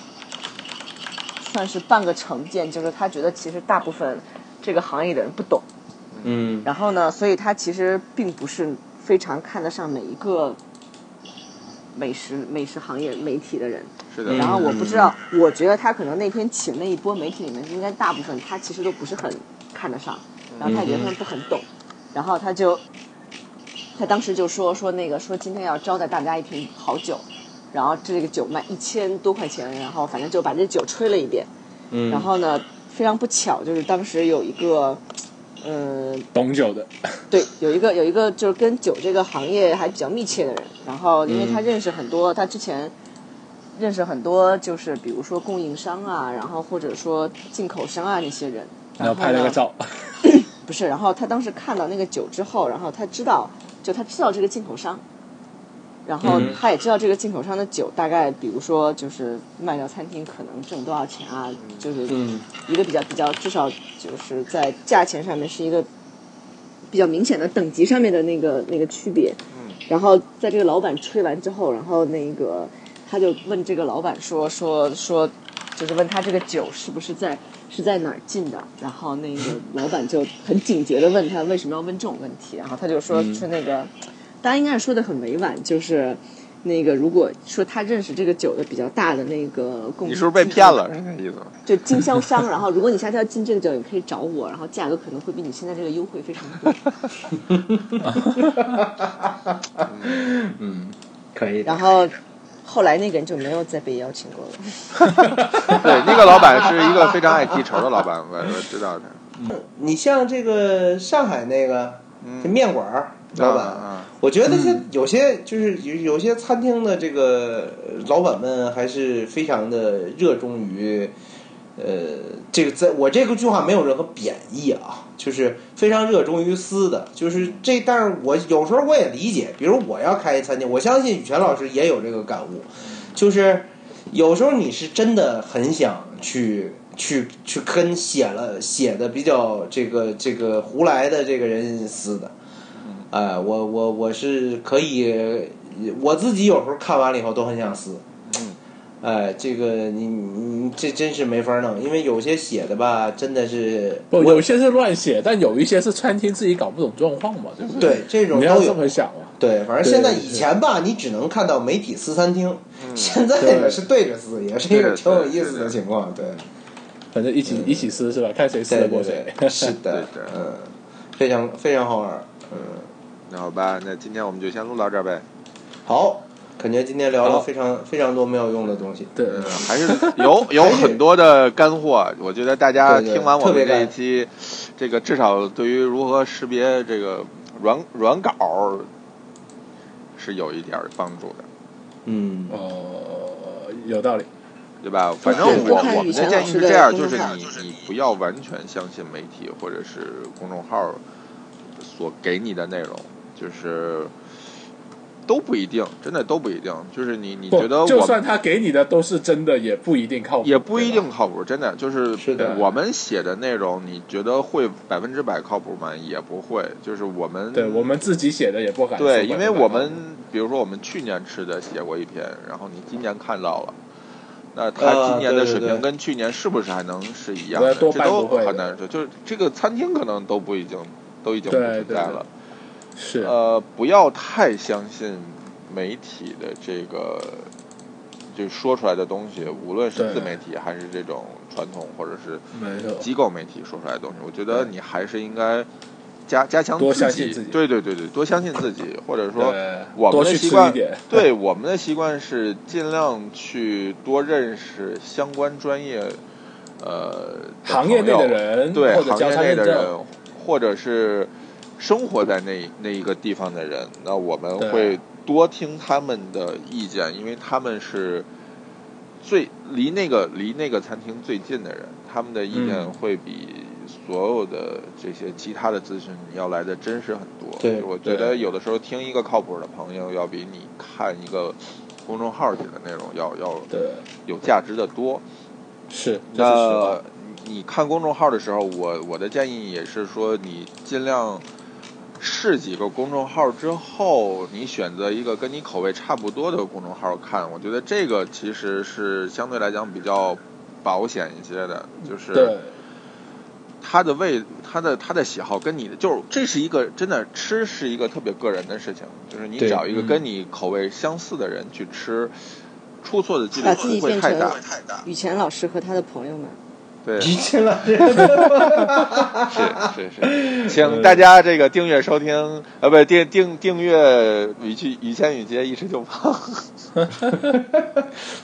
D: 算是半个成见，就是他觉得其实大部分这个行业的人不懂。
C: 嗯
D: 然后呢，所以他其实并不是非常看得上每一个美食美食行业媒体的人。
A: 是的，
C: 嗯
D: 然后我不知道，我觉得他可能那天请那一波媒体里面，应该大部分他其实都不是很看得上，然后他也觉得他们不很懂，然后他就，他当时就说说那个说今天要招待大家一瓶好酒，然后这个酒卖一千多块钱，然后反正就把这酒吹了一遍，
C: 嗯
D: 然后呢，非常不巧就是当时有一个，嗯、
B: 懂酒
C: 啊
B: 的，
D: 对，有一个有一个就是跟酒这个行业还比较密切的人，然后因为他
C: 嗯
D: 认识很多，他之前认识很多就是比如说供应商啊，然后或者说进口商啊那些人，
B: 然后拍了个
D: 呢
B: 照，
D: 不是，然后他当时看到那个酒之后，然后他知道，就他知道这个进口商，然后
C: 嗯
D: 他也知道这个进口商的酒大概，比如说就是卖到餐厅可能挣多少钱啊，就是
C: 嗯
D: 一个比较比较，至少就是在价钱上面是一个比较明显的等级上面的那个那个区别。
C: 嗯
D: 然后在这个老板吹完之后，然后那个他就问这个老板说说说，就是问他这个酒是不是在是在哪儿进的？然后 那个老板就很警觉的问他为什么要问这种问题，然后他就说
A: 嗯
D: 说那个，大家应该是说的很委婉，就是。那个，如果说他认识这个酒的比较大的那个供，
A: 你是不是被骗了？是这意思吗？
D: 就经销商，然后如果你下次要进这个酒，你可以找我，然后价格可能会比你现在这个优惠非常多。
C: 嗯，可以的。
D: 然后后来那个人就没有再被邀请过了。
A: 对，那个老板是一个非常爱记仇的老板，我我知道他。
C: 你像这个上海那个这面馆儿老
A: 啊
C: 板
A: 啊，
C: 我觉得他有些就是有有些餐厅的这个呃老板们还是非常的热衷于，呃，这个在我这个句话没有任何贬义啊，就是非常热衷于私的，就是这，但是我有时候我也理解，比如我要开一餐厅，我相信羽泉老师也有这个感悟，就是有时候你是真的很想去。去去跟写了写的比较这个这个胡来的这个人撕的，哎，我我我是可以，我自己有时候看完了以后都很想撕。
B: 嗯
C: 哎，这个你你这真是没法弄，因为有些写的吧，真的是
B: 不，有些是乱写，但有一些是餐厅自己搞不懂状况嘛，对不对？
C: 对这
B: 嗯
C: 种
B: 你
C: 都
B: 要
C: 有
B: 这。么想嘛。
C: 对，反正现在
B: 对对嗯
C: 以前吧，你只能看到媒体撕餐厅，现在
B: 对
C: 呢是对着撕，也是一
A: 对着
C: 个挺有
A: 撕
C: 意思
A: 对
C: 的
A: 着
C: 情况。对，
B: 反正一起一起撕是吧？看谁撕
C: 对
B: 得
C: 对
B: 过谁。
C: 对，是
A: 对
C: 的
A: 对，
C: 嗯，非常非常好玩儿，嗯。
A: 那好吧，那今天我们就先录到这儿呗。
C: 好，感觉今天聊了
B: 好
C: 非常非常多没有用的东西。
B: 对
A: 嗯，还是 有有很多的干货，我觉得大家
C: 对对
A: 听完我
C: 特别
A: 们这一
C: 干
A: 期，这个至少对于如何识别这个软软稿儿是有一点儿帮助的，
C: 嗯，
B: 呃，有道理。
A: 对吧？反正
F: 对多
A: 我
F: 看
A: 我们
F: 雨
A: 的
F: 辰
A: 建
F: 老
A: 议
F: 师
A: 是
F: 的
A: 这样，
F: 公
A: 就
F: 众
A: 是
F: 号
A: 你你不要完全相信媒体或者是公众号所给你的内容，就是。都不一定，真的都不一定。就是你，你
B: 不
A: 觉得，
B: 就
A: 我
B: 算他给你的都是真的，也不一定靠谱，
A: 也不一
B: 对吧
A: 定靠谱，真的就是
C: 是的
A: 我们写的内容，你觉得会百分之百靠谱吗？也不会，就是我们
B: 对我们自己写的也不敢说
A: 对，因为我
B: 百分
A: 们
B: 之百
A: 比如说我们去年吃的写过一篇，然后你今年看到了，那
C: 啊
B: 呃
A: 他今年的
C: 对对
A: 水平
C: 对
A: 跟去年是不是还能是一样的？
B: 我要多
A: 这
B: 半
A: 都
B: 不会
A: 很难说，就是这个餐厅可能都不已经都已经不
B: 对
A: 存
B: 对
A: 在
B: 对
A: 了。
B: 是
A: 呃，不要太相信媒体的这个，就是说出来的东西，无论是
B: 对
A: 自媒体还是这种传统或者是
B: 没错，
A: 机构媒体说出来的东西，我觉得你还是应该加加强
B: 多相
A: 自己
B: 信自己
A: 对对对对，多相信自 己，或者说
B: 对
A: 我们
B: 多
A: 的
B: 去
A: 习
B: 吃
A: 惯
B: 一点，
A: 对我们的习惯是尽量去多认识相关专业，呃，的
B: 行业内
A: 朋
B: 的
A: 友
B: 人
A: 对
B: 嗯或者
A: 行
B: 交
A: 业
B: 叉
A: 内
B: 验
A: 的
B: 证，
A: 人，或者是生活在那那一个地方的人，那我们
B: 对
A: 会多听他们的意见，因为他们是最离那个离那个餐厅最近的人，他们的意见
B: 嗯
A: 会比所有的这些其他的咨询要来的真实很多。
C: 对
A: 我觉
B: 对
A: 得有的时候听一个靠谱的朋友，要比你看一个公众号写的内容要要
B: 对，
A: 有价值的多。
B: 是这是实话
A: 那你看公众号的时候，我我的建议也是说，你尽量试几个公众号之后，你选择一个跟你口味差不多的公众号看。我觉得这个其实是相对来讲比较保险一些的，就是
B: 对
A: 他的味，他的他的喜好跟你的，就是这是一个真的吃是一个特别个人的事情，就是你
C: 对
A: 找一个
B: 嗯
A: 跟你口味相似的人去吃，出错的几率
F: 把自己
A: 不会
F: 变
A: 太
F: 成
A: 大。
F: 雨前老师和他的朋友们，
A: 对，
C: 于谦老师，
A: 是 是是，请大家这个订阅收听，呃，不订订订阅雨季雨谦雨杰一吃就胖，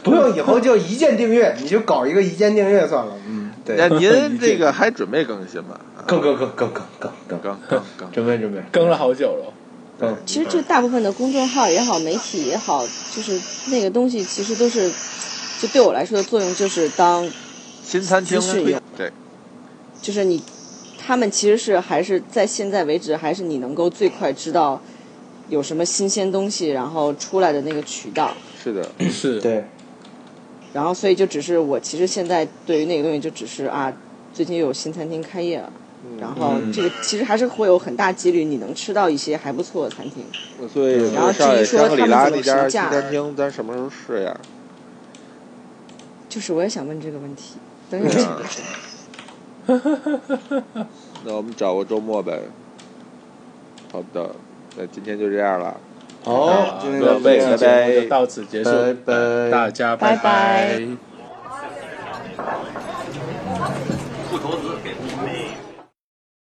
C: 不用以后就一键订阅，你就搞一个一键订阅算了。嗯，
A: 那
C: 对，
A: 您这个还准备更新吗？啊
C: 更更更更更更更，
A: 更更更，
C: 准备准备
B: 更了好久了，
C: 更。
F: 其实这大部分的公众号也好，媒体也好，就是那个东西其实都是，就对我来说的作用就是当
A: 新餐厅啊
F: 资讯有
A: 对
F: 就是你，他们其实是还是在现在为止，还是你能够最快知道有什么新鲜东西，然后出来的那个渠道。
A: 是的，
B: 是
C: 嗯对，
F: 然后所以就只是我其实现在对于那个东西就只是啊，最近又有新餐厅开业了，
A: 嗯
F: 然后这个其实还是会有很大几率你能吃到一些还不错的餐厅。
A: 所以
F: 然后至于
A: 上海
F: 说
A: 香格里
F: 他
A: 拉那
F: 们怎么
A: 家
F: 评
A: 新
F: 价
A: 餐厅，咱什么时候试呀？
F: 就是我也想问这个问题，等有
A: 对
F: 机
A: 啊
F: 会说。
A: 那我们找个周末呗。好的，那今天就这样了，
B: 啊
C: 好，今天就
A: 各位
C: 这样
A: 拜拜
B: 就到此结束，
C: 拜拜
B: 大家
F: 拜拜
B: 拜